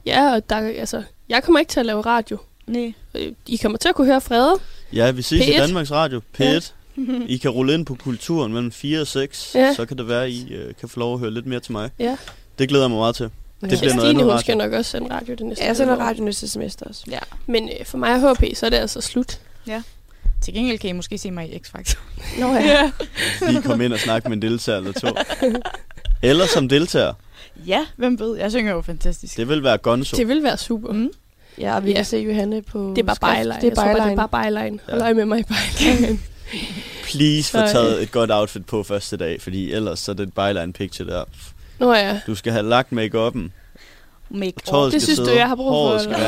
Speaker 6: Ja, og der, altså, jeg kommer ikke til at lave radio.
Speaker 4: Nej.
Speaker 6: Øh, I kommer til at kunne høre Frede.
Speaker 3: Ja, vi ses i
Speaker 6: P1.
Speaker 3: Danmarks Radio. P1. I kan rulle ind på kulturen mellem 4 og 6.
Speaker 6: Ja.
Speaker 3: Så kan det være, I øh, kan få lov at høre lidt mere til mig.
Speaker 6: Ja.
Speaker 3: Det glæder jeg mig meget til. Det bliver noget
Speaker 6: Stine,
Speaker 3: andet
Speaker 6: hun skal
Speaker 3: radio.
Speaker 6: nok også sende radio det næste
Speaker 7: Ja, jeg sender
Speaker 6: halvår.
Speaker 7: radio næste semester også.
Speaker 6: Men øh, for mig og HP, så er det altså slut.
Speaker 4: Til gengæld kan I måske se mig i X-Factor.
Speaker 7: Nå ja.
Speaker 3: Lige komme ind og snakke med en deltager eller to. Eller som deltager.
Speaker 4: Ja, hvem ved? Jeg synger jo fantastisk.
Speaker 3: Det vil være Gonzo.
Speaker 6: Det vil være super.
Speaker 4: Mm.
Speaker 7: Ja, og vi
Speaker 6: Ja.
Speaker 7: ja. kan se Johanne på
Speaker 6: Det er bare
Speaker 7: skrift.
Speaker 6: byline.
Speaker 7: Det er
Speaker 6: Jeg tror bare, det
Speaker 7: byline.
Speaker 6: er bare byline.
Speaker 3: Ja.
Speaker 6: Ja. Løg med mig i byline.
Speaker 3: Please få
Speaker 6: Så, øh,
Speaker 3: taget et godt outfit på første dag, fordi ellers så er det et byline picture der.
Speaker 6: Nå ja.
Speaker 3: Du skal have lagt make-up'en.
Speaker 4: Make
Speaker 3: Tøjet
Speaker 6: Det
Speaker 3: skal
Speaker 6: synes du,
Speaker 3: sidde.
Speaker 6: jeg har brug for,
Speaker 3: Håret skal
Speaker 6: eller?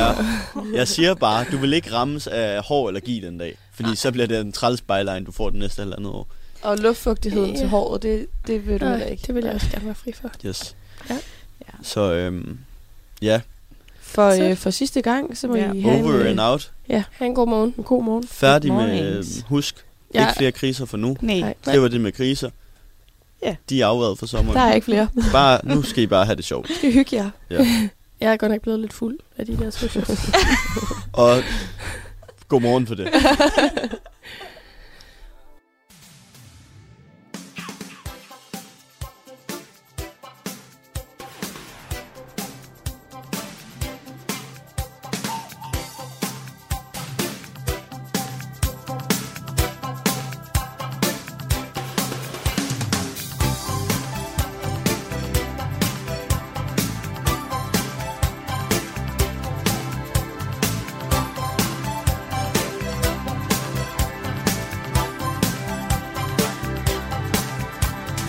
Speaker 3: være. Jeg siger bare, du vil ikke rammes af hår eller gi den dag. Fordi så bliver det en træls byline, du får den næste halvandet år.
Speaker 7: Og luftfugtigheden ja. til
Speaker 6: Ja.
Speaker 7: håret, det, det vil du heller
Speaker 6: Nej,
Speaker 7: ikke.
Speaker 6: det vil jeg også gerne være fri for.
Speaker 3: Yes.
Speaker 6: Ja.
Speaker 4: Ja.
Speaker 3: Så øhm, ja,
Speaker 7: For,
Speaker 6: Så-
Speaker 7: øh, for sidste gang, så må
Speaker 4: Ja.
Speaker 7: I have en,
Speaker 3: over
Speaker 7: øh,
Speaker 3: and out.
Speaker 6: Ha' en god morgen.
Speaker 7: en god morgen.
Speaker 3: Færdig
Speaker 4: Good
Speaker 3: med
Speaker 4: mornings.
Speaker 3: øhm, husk. Ja.
Speaker 6: Jeg,
Speaker 3: Ikke flere kriser for nu.
Speaker 4: Nej.
Speaker 7: Nej.
Speaker 3: Det var det med kriser.
Speaker 4: Ja.
Speaker 3: De er afredet for sommeren.
Speaker 7: Der er ikke flere.
Speaker 3: Bare, nu skal I bare have det sjovt.
Speaker 7: Nu skal I hygge jer.
Speaker 6: jeg er godt nok blevet lidt fuld af de der socials.
Speaker 3: Og god morgen for det.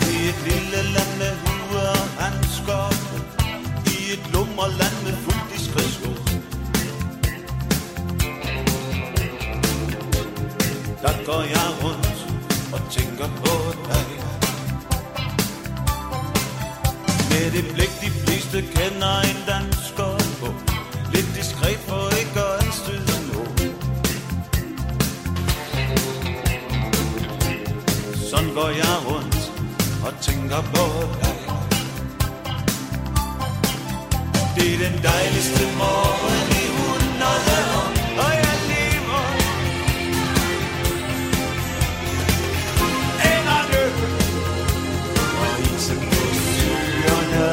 Speaker 10: I et lille land med hue og handsker I et lummerland med fuld diskretion Der går jeg rundt og tænker på dig Med det blik de fleste kender en dansker på Lidt diskret for ikke at anstøde nogen Sådan går jeg rundt og tænker på dig Det er den dejligste morgen i hundrede år Og jeg lever En øl Og isen på søerne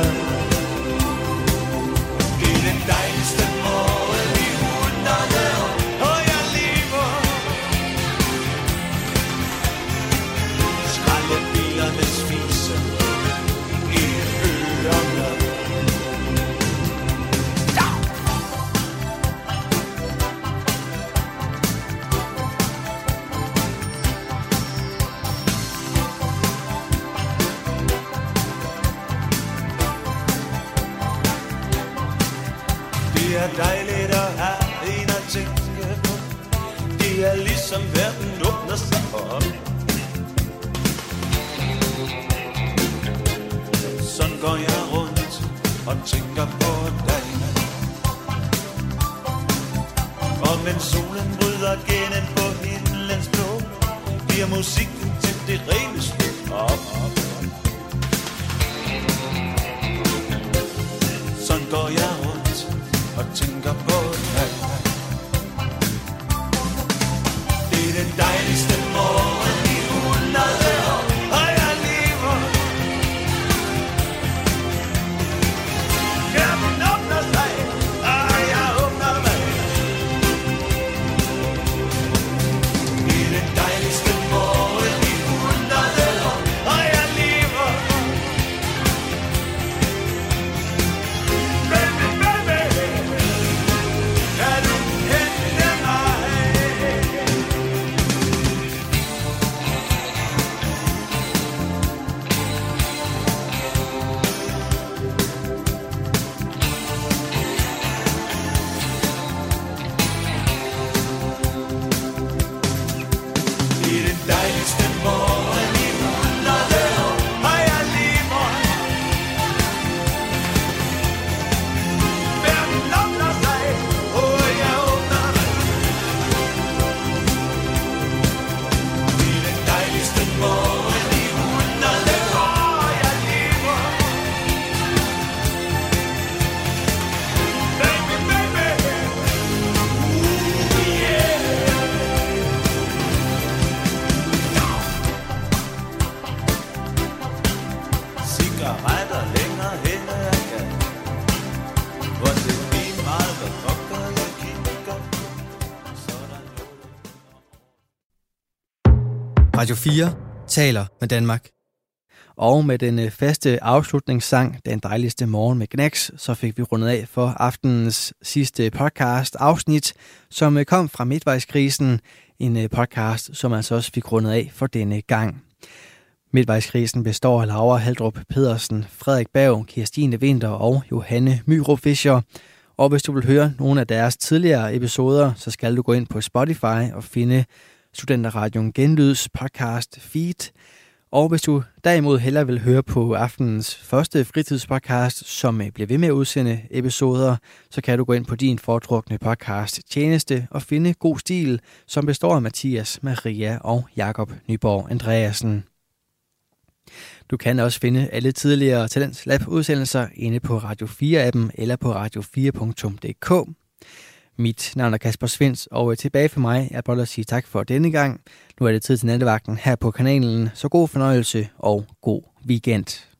Speaker 10: Det er den dejligste morgen i hundrede år Og jeg lever Skraldebilerne spiser i ørerne. Det er dejligt at have en at tænke på. Det er ligesom verden åbner sig op. Sådan går jeg rundt og tænker på dig Og mens solen bryder gennem på himlens blå
Speaker 12: bliver musikken til det rene slut op. Sådan går jeg rundt og tænker på alt. Det er den dejligste morgen i hundrede år, og jeg lever. Hjernen åbner sig, og jeg åbner mig. Det er den dejligste morgen i hundrede år, og jeg lever. Baby, baby, er du henne mig? i den dejligste morgen i hundrede år, og jeg lever. Verden åbner sig, og jeg åbner mig. I den dejligste morgen i hundrede år, og jeg lever. Baby, baby, ooh, yeah. cigaretter længere henne af gaden. Hvor det er lige meget, hvad fucker jeg kigger på. Sådan
Speaker 1: Radio 4 taler med Danmark. Og med den øh, faste afslutningssang, Den dejligste morgen med Knacks, så fik vi rundet af for aftenens sidste podcast afsnit, som øh, kom fra Midtvejskrisen, en øh, podcast, som altså også fik rundet af for denne gang. Midtvejskrisen består af Laura Haldrup Pedersen, Frederik Berg, Kirstine Vinter og Johanne Myrup Fischer. Og hvis du vil høre nogle af deres tidligere episoder, så skal du gå ind på Spotify og finde Studenterradioen Genlyds podcast feed. Og hvis du derimod hellere vil høre på aftenens første fritidspodcast, som øh, bliver ved med at udsende episoder, så kan du gå ind på din foretrukne podcast Tjeneste og finde God Stil, som består af Mathias, Maria og Jakob Nyborg Andreasen. Du kan også finde alle tidligere Talents Lab udsendelser inde på Radio 4-appen eller på radio4.dk. Mit navn er Kasper Svens, og øh, tilbage for mig er blot at sige tak for denne gang. Nu er det tid til nattevagten her på kanalen, så god fornøjelse og god weekend.